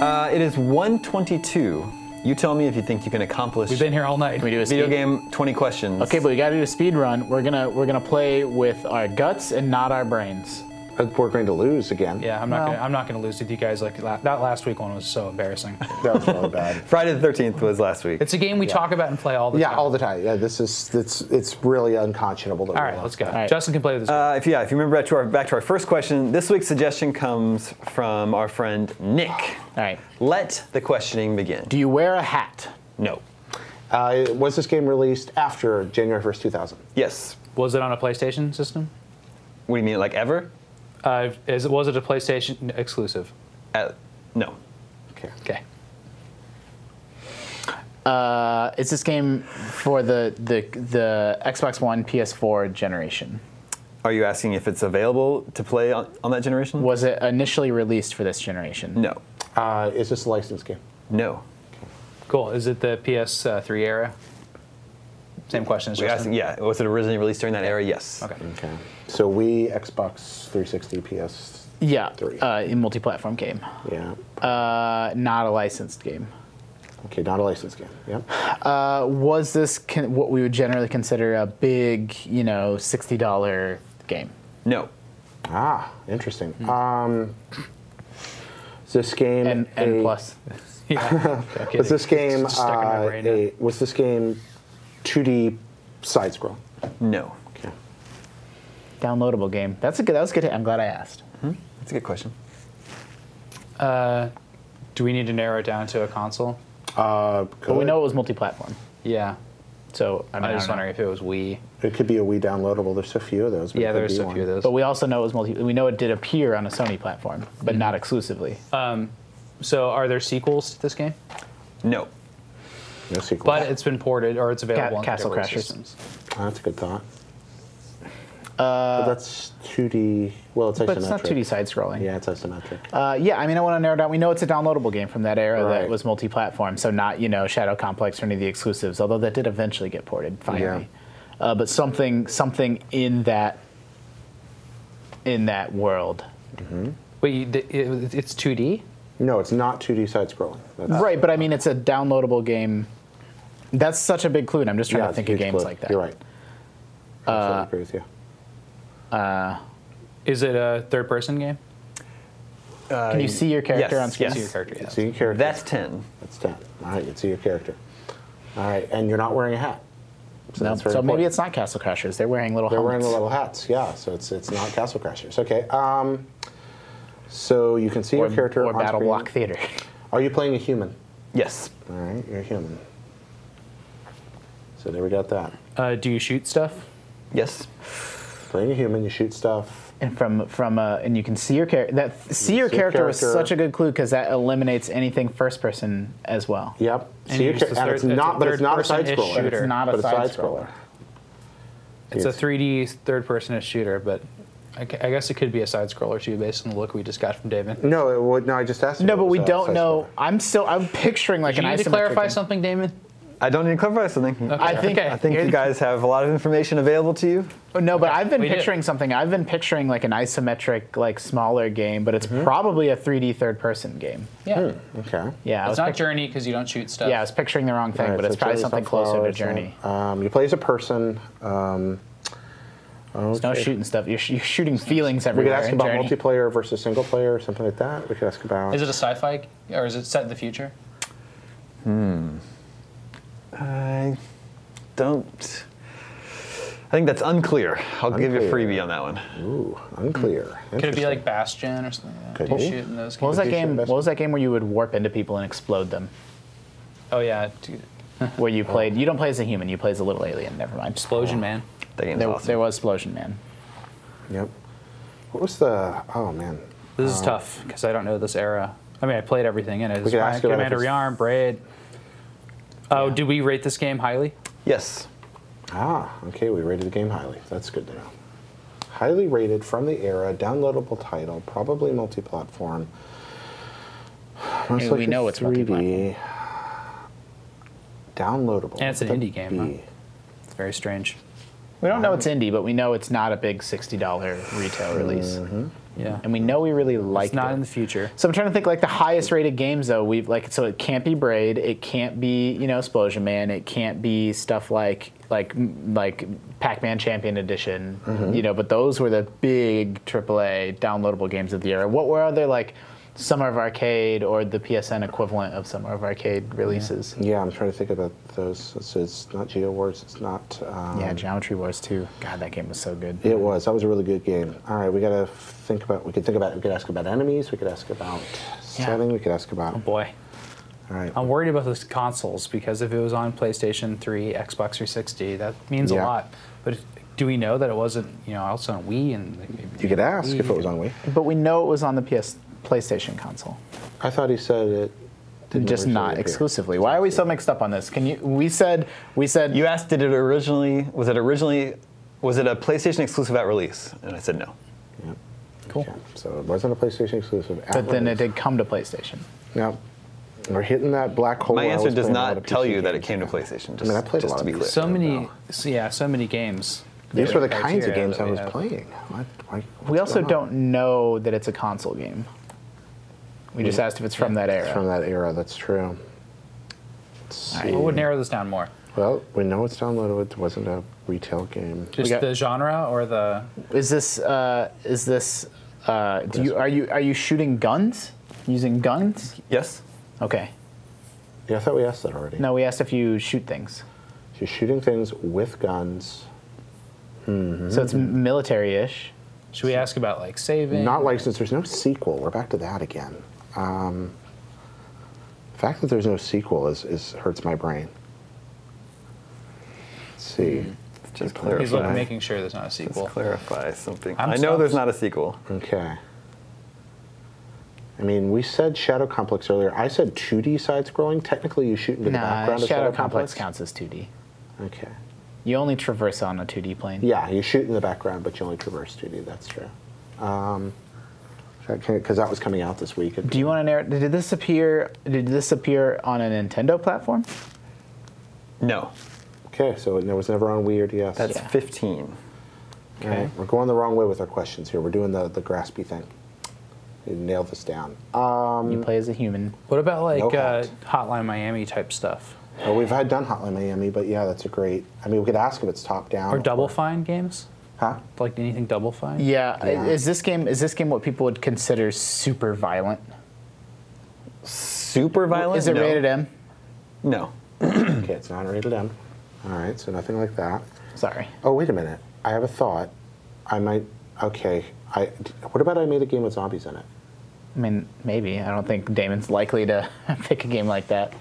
Speaker 1: Uh, it is 122. You tell me if you think you can accomplish
Speaker 4: We've been here all night.
Speaker 6: Can we do a
Speaker 1: video
Speaker 6: speed?
Speaker 1: game 20 questions.
Speaker 6: Okay, but we gotta do a speed run. We're gonna we're gonna play with our guts and not our brains.
Speaker 7: But We're going to lose again.
Speaker 4: Yeah, I'm not.
Speaker 6: Well-
Speaker 4: gonna, I'm not going to lose with you guys. Like la- that last week one was so embarrassing.
Speaker 7: That was really bad.
Speaker 1: Friday the 13th was last week.
Speaker 4: it's a game we talk about and play all the
Speaker 7: Yeah,
Speaker 4: time.
Speaker 7: all the time. Yeah, this is it's it's really unconscionable. That
Speaker 4: all
Speaker 7: we're
Speaker 4: right,
Speaker 7: on.
Speaker 4: let's go.
Speaker 6: right.
Speaker 4: Justin can play this.
Speaker 1: Uh, if yeah, if you remember back to, our, back to our first question, this week's suggestion comes from our friend Nick.
Speaker 6: All right.
Speaker 1: Let the questioning begin.
Speaker 6: Do you wear a hat?
Speaker 1: No.
Speaker 7: Uh, was this game released after January first, two thousand?
Speaker 1: Yes.
Speaker 4: was it on a PlayStation system?
Speaker 1: What do you mean, like ever?
Speaker 4: Uh, is it was it a PlayStation exclusive?
Speaker 1: Uh, no.
Speaker 7: Okay.
Speaker 4: Okay.
Speaker 6: Uh, is this game for the the the Xbox One, PS4 generation?
Speaker 1: Are you asking if it's available to play on, on that generation?
Speaker 6: Was it initially released for this generation?
Speaker 1: No.
Speaker 7: Uh, is this a licensed game?
Speaker 1: No.
Speaker 4: Cool. Is it the PS3 era? Same question as
Speaker 1: We're asking,
Speaker 4: Justin.
Speaker 1: yeah, was it originally released during that era? Yes.
Speaker 4: Okay.
Speaker 7: Okay. So we Xbox 360, PS.
Speaker 6: Yeah,
Speaker 7: Three.
Speaker 6: uh, a multi-platform game,
Speaker 7: Yeah.
Speaker 6: uh, not a licensed game.
Speaker 7: Okay, not a licensed game. Yeah.
Speaker 6: Uh, was this con- what we would generally consider a big, you know, sixty dollar game?
Speaker 1: No.
Speaker 7: Ah, interesting. Um, is this game
Speaker 6: And and
Speaker 7: a-
Speaker 6: plus,
Speaker 4: Yeah. Okay.
Speaker 7: Was this game
Speaker 4: It's stuck in my
Speaker 7: uh,
Speaker 4: brain now.
Speaker 7: a, was this game 2D side scroll?
Speaker 1: No.
Speaker 7: Okay.
Speaker 6: downloadable game. That's a good. That was good. I'm glad I asked.
Speaker 1: That's a good question.
Speaker 4: Do we need to narrow it down to a console?
Speaker 7: Uh,
Speaker 6: But we
Speaker 7: good.
Speaker 6: know it was multi-platform,
Speaker 4: Yeah.
Speaker 6: so I, mean,
Speaker 4: I was just
Speaker 6: don't know.
Speaker 4: wondering if it was Wii.
Speaker 7: it could be a Wii downloadable. There's a few of those. but it
Speaker 4: Yeah,
Speaker 7: could
Speaker 4: there's
Speaker 7: be
Speaker 4: a few
Speaker 7: one.
Speaker 4: of
Speaker 6: But
Speaker 4: those.
Speaker 6: we also know it was multi. We know it did appear on a Sony platform, but
Speaker 7: Mm-hmm.
Speaker 6: not exclusively.
Speaker 4: So, are there sequels to this game?
Speaker 1: No.
Speaker 7: No sequel.
Speaker 4: But it's been ported, or it's available
Speaker 6: Ca-
Speaker 4: on
Speaker 6: Castle
Speaker 4: different
Speaker 6: Crashers.
Speaker 4: systems.
Speaker 7: Oh, that's a good thought. Uh, that's 2D. Well, it's isometric.
Speaker 6: but it's not 2D side-scrolling.
Speaker 7: Yeah, it's isometric.
Speaker 6: Uh, yeah, I mean, I want to narrow down. We know it's a downloadable game from that era that
Speaker 7: Right.
Speaker 6: was multi-platform, so not you know Shadow Complex or any of the exclusives, although that did eventually get ported finally. Uh, but something something in that in that world,
Speaker 4: But you, th- it, it's 2D.
Speaker 7: no, it's not 2D side scrolling.
Speaker 6: right? But I mean, it's a downloadable game. That's such a big clue, and I'm just trying to think of games like that. Uh,
Speaker 7: You're right. Absolutely agree with you.
Speaker 4: Is it a third-person game?
Speaker 6: Can you see your character
Speaker 1: yes,
Speaker 6: on screen?
Speaker 1: yes.
Speaker 4: Your character.
Speaker 7: See your character.
Speaker 1: That's 10.
Speaker 7: That's 10. All right, you see your character. All right, and you're not wearing a hat. So,
Speaker 6: No,
Speaker 7: that's very
Speaker 6: so maybe
Speaker 7: important.
Speaker 6: it's not Castle Crashers. They're wearing little
Speaker 7: They're wearing
Speaker 6: helmets.
Speaker 7: the little hats, yeah. So it's it's not Castle Crashers. Okay. Um, so you can see your character
Speaker 6: or
Speaker 7: on
Speaker 6: Battle
Speaker 7: screen.
Speaker 6: Block Theater.
Speaker 7: Are you playing a human?
Speaker 1: Yes.
Speaker 7: All right, you're a human. So there we got that.
Speaker 4: Uh, do you shoot stuff?
Speaker 1: Yes.
Speaker 7: Playing a human, you shoot stuff.
Speaker 6: And from from uh, and you can see your character. That see your
Speaker 7: see your
Speaker 6: character was
Speaker 7: character.
Speaker 6: such a good clue because that eliminates anything first person as well.
Speaker 7: Yep.
Speaker 4: And
Speaker 7: see your
Speaker 4: it's a
Speaker 7: char- and
Speaker 4: third-
Speaker 7: it's
Speaker 4: it's a
Speaker 7: not, but it's not a side
Speaker 4: third-person-ish
Speaker 7: scroller.
Speaker 4: shooter.
Speaker 6: It's not a
Speaker 7: but
Speaker 6: side
Speaker 7: it's side scroller.
Speaker 4: It's a
Speaker 7: Yes.
Speaker 4: 3D third-person shooter, but I, gu- I guess it could be a side-scroller too, based on the look we just got from David.
Speaker 7: No, it would, no, I just asked. you
Speaker 6: No,
Speaker 7: if
Speaker 6: but
Speaker 7: it
Speaker 6: we
Speaker 7: was a
Speaker 6: don't
Speaker 7: side
Speaker 6: know.
Speaker 7: scroller.
Speaker 6: I'm still I'm picturing like
Speaker 4: Do you
Speaker 6: an
Speaker 4: need to
Speaker 6: isometric
Speaker 4: clarify
Speaker 6: game.
Speaker 4: something, Damon?
Speaker 1: I don't need to clarify something.
Speaker 6: I think
Speaker 4: Okay.
Speaker 1: I think you guys have a lot of information available to you.
Speaker 6: No, but I've been
Speaker 4: We did.
Speaker 6: picturing something. I've been picturing like an isometric, like smaller game, but
Speaker 7: Mm-hmm.
Speaker 6: it's probably a 3D third-person game.
Speaker 4: Yeah.
Speaker 7: Okay.
Speaker 6: Yeah, I
Speaker 4: It's
Speaker 6: was
Speaker 4: not
Speaker 6: pic-
Speaker 4: Journey because you don't shoot stuff.
Speaker 6: yeah, I was picturing the wrong thing,
Speaker 7: All right,
Speaker 6: but
Speaker 7: so
Speaker 6: it's probably
Speaker 7: Journey
Speaker 6: something closer to
Speaker 7: Sunflowers,
Speaker 6: Journey.
Speaker 7: Um, you play as a person. Um,
Speaker 6: There's no shooting stuff. You're, sh- you're shooting feelings
Speaker 7: we
Speaker 6: everywhere.
Speaker 7: could ask
Speaker 6: in
Speaker 7: about
Speaker 6: Journey.
Speaker 7: multiplayer versus single player or something like that. We could ask about.
Speaker 4: Is it a sci-fi or is it set in the future?
Speaker 1: I don't. I think that's unclear. I'll give you a
Speaker 7: Unclear.
Speaker 1: freebie on that one.
Speaker 7: Ooh,
Speaker 6: Mm.
Speaker 7: unclear.
Speaker 4: Could it be like Bastion or something? Like that?
Speaker 7: Could
Speaker 4: Do you
Speaker 7: be.
Speaker 4: shoot in those
Speaker 6: What
Speaker 4: games?
Speaker 6: was that
Speaker 7: Appreciate
Speaker 6: game? What
Speaker 7: investment.
Speaker 6: was that game where you would warp into people and explode them?
Speaker 4: Oh yeah, dude.
Speaker 6: where you played. You don't play as a human. You play as a little alien. Never mind.
Speaker 4: Explosion Man.
Speaker 1: That game's
Speaker 6: There,
Speaker 1: awesome.
Speaker 6: there was Explosion Man.
Speaker 7: Yep. What was the? Oh man.
Speaker 4: This is tough because I don't know this era. I mean, I played everything in it. It's
Speaker 7: could
Speaker 4: Ryan
Speaker 7: ask about if
Speaker 4: Commander
Speaker 7: it's-
Speaker 4: Yarn, Braid. Oh, do we rate this game highly?
Speaker 1: Yes.
Speaker 7: Ah, okay. We rated the game highly. That's good to know. Highly rated from the era, downloadable title, probably multi-platform. Most
Speaker 6: Hey, we
Speaker 7: likely
Speaker 6: know it's
Speaker 7: 3D. Downloadable.
Speaker 4: And it's an
Speaker 7: That'd
Speaker 4: indie game,
Speaker 7: be-
Speaker 4: It's very strange.
Speaker 6: We don't know it's indie, but we know it's not a big sixty dollar retail release,
Speaker 4: Yeah.
Speaker 6: and we know we really like
Speaker 4: it's not
Speaker 6: it.
Speaker 4: in the future.
Speaker 6: so I'm trying to think like the highest rated games though we've like so it can't be Braid, it can't be you know Explosion Man, it can't be stuff like like like Pac-Man Champion Edition, you know. But those were the big AAA downloadable games of the era. What were other like Summer of Arcade or the PSN equivalent of Summer of Arcade releases? Yeah,
Speaker 7: Yeah, I'm trying to think about those. It's, it's not Geo Wars. It's not. Um,
Speaker 6: Geometry Wars too. God, that game was so good.
Speaker 7: It was. That was a really good game. All right, we gotta think about. We could think about. We could ask about enemies. We could ask about setting. We could ask about. All
Speaker 4: Boy,
Speaker 7: right.
Speaker 4: I'm worried about those consoles because if it was on PlayStation 3, Xbox 360, that means
Speaker 7: Yeah.
Speaker 4: a lot. But if- do we know that it wasn't, you know, also on Wii and
Speaker 7: you could ask if it was on Wii.
Speaker 6: But we know it was on the PS PlayStation console,
Speaker 7: I thought he said it. didn't
Speaker 6: just
Speaker 7: originally
Speaker 6: not
Speaker 7: appear.
Speaker 6: exclusively. Why are we so mixed up on this? Can you? We said we said
Speaker 1: You asked, did it originally? Was it originally? Was it a PlayStation exclusive at release? And I said no.
Speaker 7: Yep.
Speaker 6: cool.
Speaker 7: Okay, So it wasn't a PlayStation exclusive.
Speaker 6: But then it did come to PlayStation.
Speaker 7: Now we're hitting that black hole.
Speaker 1: My
Speaker 7: where I
Speaker 1: answer
Speaker 7: was
Speaker 1: does
Speaker 7: playing a lot of
Speaker 1: not tell
Speaker 7: PC
Speaker 1: you that it
Speaker 7: games.
Speaker 1: came to PlayStation. Just,
Speaker 7: I mean, I played a
Speaker 1: just
Speaker 7: lot
Speaker 1: to
Speaker 7: of
Speaker 1: be
Speaker 7: these.
Speaker 1: clear.
Speaker 4: so many, so yeah, so many games.
Speaker 7: Oh, These were the
Speaker 4: Criteria
Speaker 7: kinds of games
Speaker 4: that
Speaker 7: I
Speaker 4: we
Speaker 7: was
Speaker 4: have.
Speaker 7: playing. What, why,
Speaker 6: We
Speaker 7: what's
Speaker 6: also
Speaker 7: going on?
Speaker 6: don't know that it's a console game. We just asked if it's from that era.
Speaker 7: It's from that era. That's true. Let's
Speaker 4: All right,
Speaker 7: see.
Speaker 4: What would narrow this down more?
Speaker 7: Well, we know it's downloaded. It wasn't a retail game.
Speaker 4: Just
Speaker 6: got-
Speaker 4: the genre or the?
Speaker 6: Is this? Uh, is this? Uh, do you are you are you shooting guns? Using guns?
Speaker 1: Yes.
Speaker 6: Okay.
Speaker 7: Yeah, I thought we asked that already.
Speaker 6: No, we asked if you shoot things.
Speaker 7: She's shooting things with guns.
Speaker 6: So it's
Speaker 7: Mm-hmm.
Speaker 6: military-ish.
Speaker 4: Should we ask about like saving?
Speaker 7: Not licensed. There's no sequel. We're back to that again. Um, the fact that there's no sequel is, is hurts my brain. Let's see.
Speaker 1: Just
Speaker 4: He's
Speaker 7: uh,
Speaker 4: looking,
Speaker 1: clarify.
Speaker 4: making sure there's not a
Speaker 1: Just
Speaker 4: sequel.
Speaker 1: clarify something. i
Speaker 4: I'm
Speaker 1: know
Speaker 4: stumped.
Speaker 1: there's not a sequel.
Speaker 7: Okay. I mean, we said Shadow Complex earlier. I said 2D side scrolling. Technically, you shoot into the
Speaker 6: Nah,
Speaker 7: background of
Speaker 6: Shadow Complex counts as 2D.
Speaker 7: Okay.
Speaker 6: You only traverse on a 2D plane.
Speaker 7: Yeah, you shoot in the background, but you only traverse 2D. That's true. Um, Because that was coming out this week.
Speaker 6: Do you want to narrow? Did this appear? Did this appear on a Nintendo platform?
Speaker 1: No.
Speaker 7: Okay, so it was never on Wii or DS.
Speaker 1: That's 15.
Speaker 7: All right, We're going the wrong way with our questions here. We're doing the, the graspy thing. We nailed this down. Uh,
Speaker 6: you play as a human.
Speaker 4: What about like
Speaker 7: No
Speaker 4: uh, Hotline Miami type stuff
Speaker 7: well, we've had done Hotline Miami, but yeah, that's a great. I mean, we could ask if it's top down.
Speaker 4: or Double Fine games?
Speaker 7: Huh?
Speaker 4: Like anything Double Fine?
Speaker 6: Yeah.
Speaker 7: Yeah.
Speaker 6: Is this game? Is this game what people would consider super violent?
Speaker 1: Super violent?
Speaker 6: Is it
Speaker 1: no.
Speaker 6: rated M?
Speaker 1: No.
Speaker 7: Okay, it's not rated M. All right, so nothing like that.
Speaker 6: Sorry.
Speaker 7: Oh, wait a minute. I have a thought. I might. Okay. I. What about I made a game with zombies in it?
Speaker 6: I mean, maybe. I don't think Damon's likely to pick a game like that.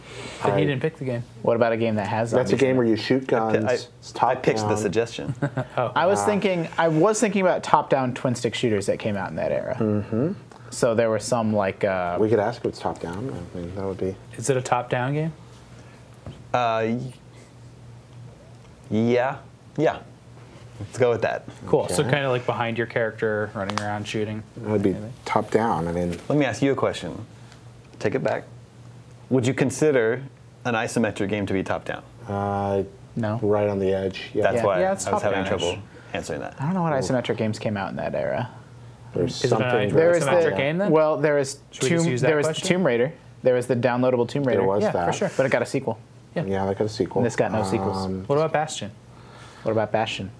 Speaker 4: But he didn't pick the game.
Speaker 6: What about a game that has?
Speaker 7: That's a
Speaker 6: zombies in
Speaker 7: game
Speaker 6: it?
Speaker 7: where you shoot guns.
Speaker 1: I,
Speaker 7: it's top
Speaker 1: I pitched the
Speaker 7: down.
Speaker 1: suggestion.
Speaker 4: Oh.
Speaker 6: I
Speaker 7: Ah.
Speaker 6: was thinking. I was thinking about top-down twin-stick shooters that came out in that era. Mm-hmm. So there were some like. Uh,
Speaker 7: We could ask if it's top down. I mean, that would be.
Speaker 4: Is it a top-down game?
Speaker 1: Uh, y- yeah. Yeah. Let's go with that.
Speaker 4: Cool. So
Speaker 7: Okay.
Speaker 4: kind of like behind your character, running around shooting.
Speaker 7: That would be top down. I mean,
Speaker 1: Let me ask you a question. Take it back. Would you consider an isometric game to be top down?
Speaker 7: uh,
Speaker 6: no.
Speaker 7: right on the edge. Yeah.
Speaker 1: That's
Speaker 6: Yeah.
Speaker 1: why
Speaker 6: Yeah,
Speaker 1: I
Speaker 6: it's
Speaker 1: was having
Speaker 6: top-down-ish.
Speaker 1: trouble answering that.
Speaker 6: I don't know what isometric games came out in that era.
Speaker 7: There's
Speaker 4: Is it an
Speaker 7: something.
Speaker 4: isometric
Speaker 7: very
Speaker 6: There
Speaker 4: There
Speaker 6: is
Speaker 4: is
Speaker 7: top
Speaker 4: Isometric
Speaker 6: the
Speaker 4: a
Speaker 7: down.
Speaker 4: game then?
Speaker 6: well, there is
Speaker 4: Should we
Speaker 6: Tomb,
Speaker 4: just use that
Speaker 6: there was
Speaker 4: question?
Speaker 6: Tomb Raider. There was the downloadable Tomb Raider.
Speaker 7: was
Speaker 6: yeah, for
Speaker 7: that.
Speaker 6: sure. But it got a sequel.
Speaker 7: Yeah, that got a sequel.
Speaker 6: And this got no sequels.
Speaker 4: What about Bastion?
Speaker 6: What about Bastion?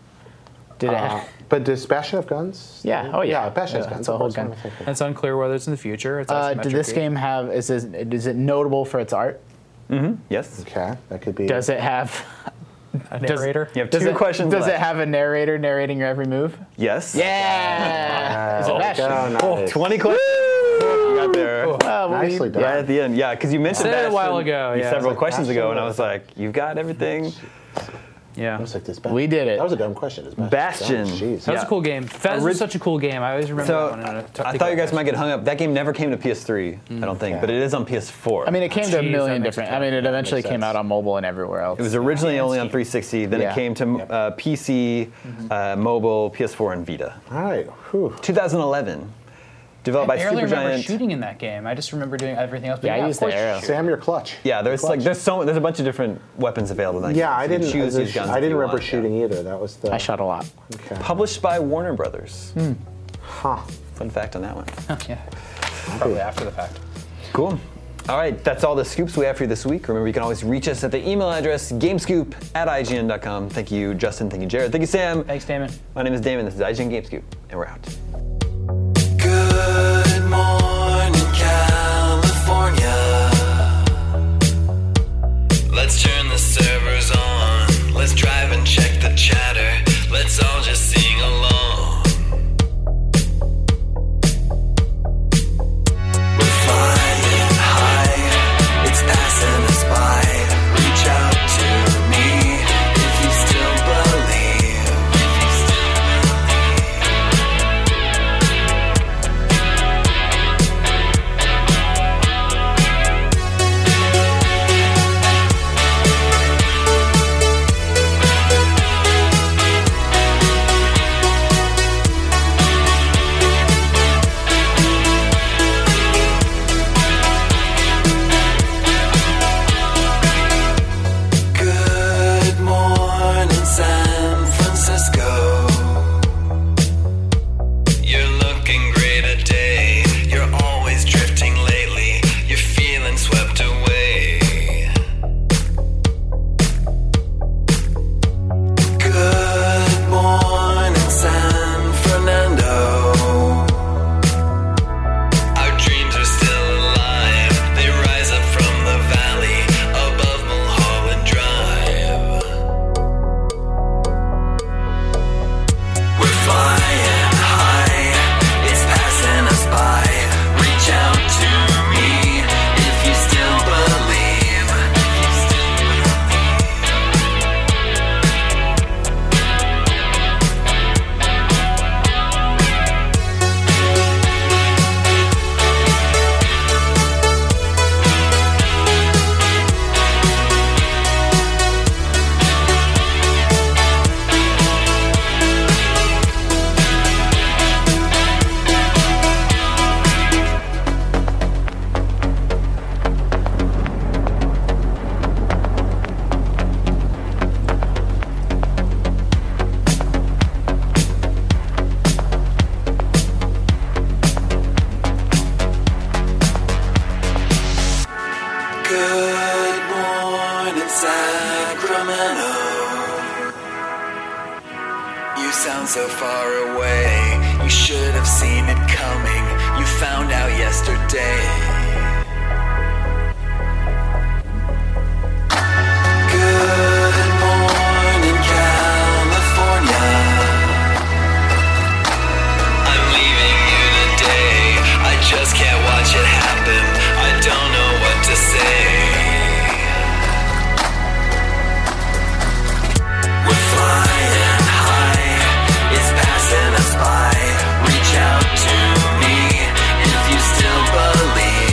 Speaker 6: Did it?
Speaker 7: Uh, but does Bastion have guns?
Speaker 6: yeah. Oh yeah.
Speaker 7: Yeah, Bastion has
Speaker 6: Yeah,
Speaker 7: guns.
Speaker 6: It's a
Speaker 7: of
Speaker 6: whole
Speaker 7: course,
Speaker 6: gun.
Speaker 7: what am I thinking?
Speaker 4: It's unclear whether it's in the future. It's
Speaker 6: Uh, did
Speaker 4: isometric
Speaker 6: this
Speaker 4: game.
Speaker 6: game have? Is this, is it notable for its art?
Speaker 1: Yes?
Speaker 7: Okay, that could be.
Speaker 6: Does it have?
Speaker 4: a narrator?
Speaker 1: You have
Speaker 6: Does
Speaker 1: two
Speaker 6: it,
Speaker 1: questions
Speaker 6: Does it
Speaker 1: left.
Speaker 6: have a narrator narrating your every move?
Speaker 1: Yes.
Speaker 6: Yeah. is it Bastion?
Speaker 7: Oh, nice.
Speaker 1: 20 questions. You got there.
Speaker 6: Uh, well, we-
Speaker 7: Nicely done.
Speaker 1: Right at the end, yeah, because you mentioned
Speaker 4: Said it a
Speaker 1: that
Speaker 4: while
Speaker 1: some-
Speaker 4: ago, yeah.
Speaker 1: several
Speaker 4: Like,
Speaker 1: questions ago, and I
Speaker 7: Bastion.
Speaker 1: was like, "You've got everything."
Speaker 4: Yeah.
Speaker 7: It's like this bad.
Speaker 6: We did it.
Speaker 7: That was a dumb question. It's
Speaker 1: Bastion.
Speaker 7: Jeez.
Speaker 4: That
Speaker 1: Yeah.
Speaker 4: was a cool game. Fez
Speaker 1: Orig-
Speaker 4: was such a cool game. I always remember
Speaker 1: So
Speaker 4: that one.
Speaker 1: I
Speaker 4: and t- think
Speaker 1: thought
Speaker 4: about
Speaker 1: you guys
Speaker 4: that.
Speaker 1: might get hung up. That game never came to PS3, I don't think, but it is on PS4.
Speaker 6: I mean, it came to a
Speaker 4: Jeez,
Speaker 6: million
Speaker 4: that makes
Speaker 6: different.
Speaker 4: sense.
Speaker 6: I mean, it eventually came out on mobile and everywhere else.
Speaker 1: It was originally only on 360, then
Speaker 6: Yeah.
Speaker 1: it came to uh, PC, uh, mobile, PS4, and Vita.
Speaker 7: All right. Whew.
Speaker 1: 2011, developed
Speaker 4: I
Speaker 1: by
Speaker 4: barely remember
Speaker 1: Supergiant.
Speaker 4: shooting in that game. I just remember doing everything else. But
Speaker 6: Yeah, I
Speaker 4: of
Speaker 6: used the
Speaker 4: course you
Speaker 6: arrow.
Speaker 4: shoot.
Speaker 7: Sam, you're clutch.
Speaker 1: Yeah, there's
Speaker 7: You're
Speaker 1: like
Speaker 7: clutch.
Speaker 1: there's so there's a bunch of different weapons available. In that
Speaker 7: Yeah,
Speaker 1: game,
Speaker 7: I
Speaker 1: so you can
Speaker 7: didn't.
Speaker 1: choose
Speaker 7: I,
Speaker 1: these guns. if
Speaker 7: didn't
Speaker 1: you
Speaker 7: remember
Speaker 1: want.
Speaker 7: shooting either. That was the.
Speaker 6: I shot a lot.
Speaker 7: Okay.
Speaker 1: Published by Warner Brothers.
Speaker 7: Huh.
Speaker 1: Fun fact on that one.
Speaker 4: yeah. Probably after the fact.
Speaker 1: Cool. All right, that's all the scoops we have for you this week. Remember, you can always reach us at the email address gamescoop at ign.com. Thank you, Justin. Thank you, Jared. Thank you, Sam.
Speaker 4: Thanks, Damon.
Speaker 1: My name is Damon. This is IGN Gamescoop, and we're out.
Speaker 2: Good morning, California. Let's turn the servers on. Let's drive and check the chatter. Let's all just sing along. We're flying high. It's passing us by. Reach out to me if you still believe. If you still believe. Good morning, San Francisco. You're looking great today. You're always drifting lately. You're feeling swept away. Good morning, San Fernando. Our dreams are still alive. They rise up from the valley above Mulholland Drive. We're flying high. It's passing us by. Reach out to me if you still believe. If you still believe. Good morning, Sacramento. You sound so far away. You should have seen it coming. You found out yesterday. Good morning, California. I'm leaving you today. I just can't watch it happen. I don't know what to say. We're flying high. It's passing us by. Reach out to me if you still believe.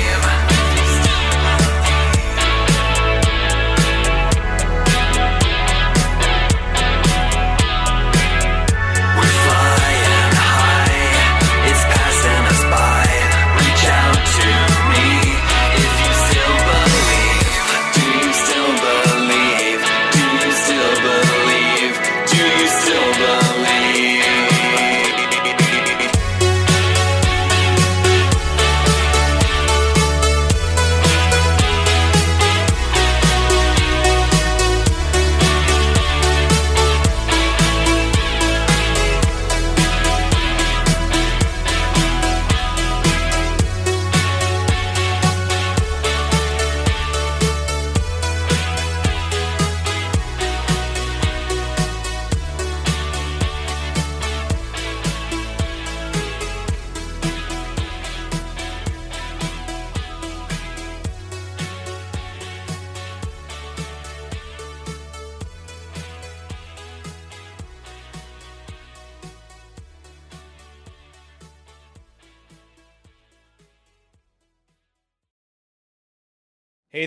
Speaker 8: Hey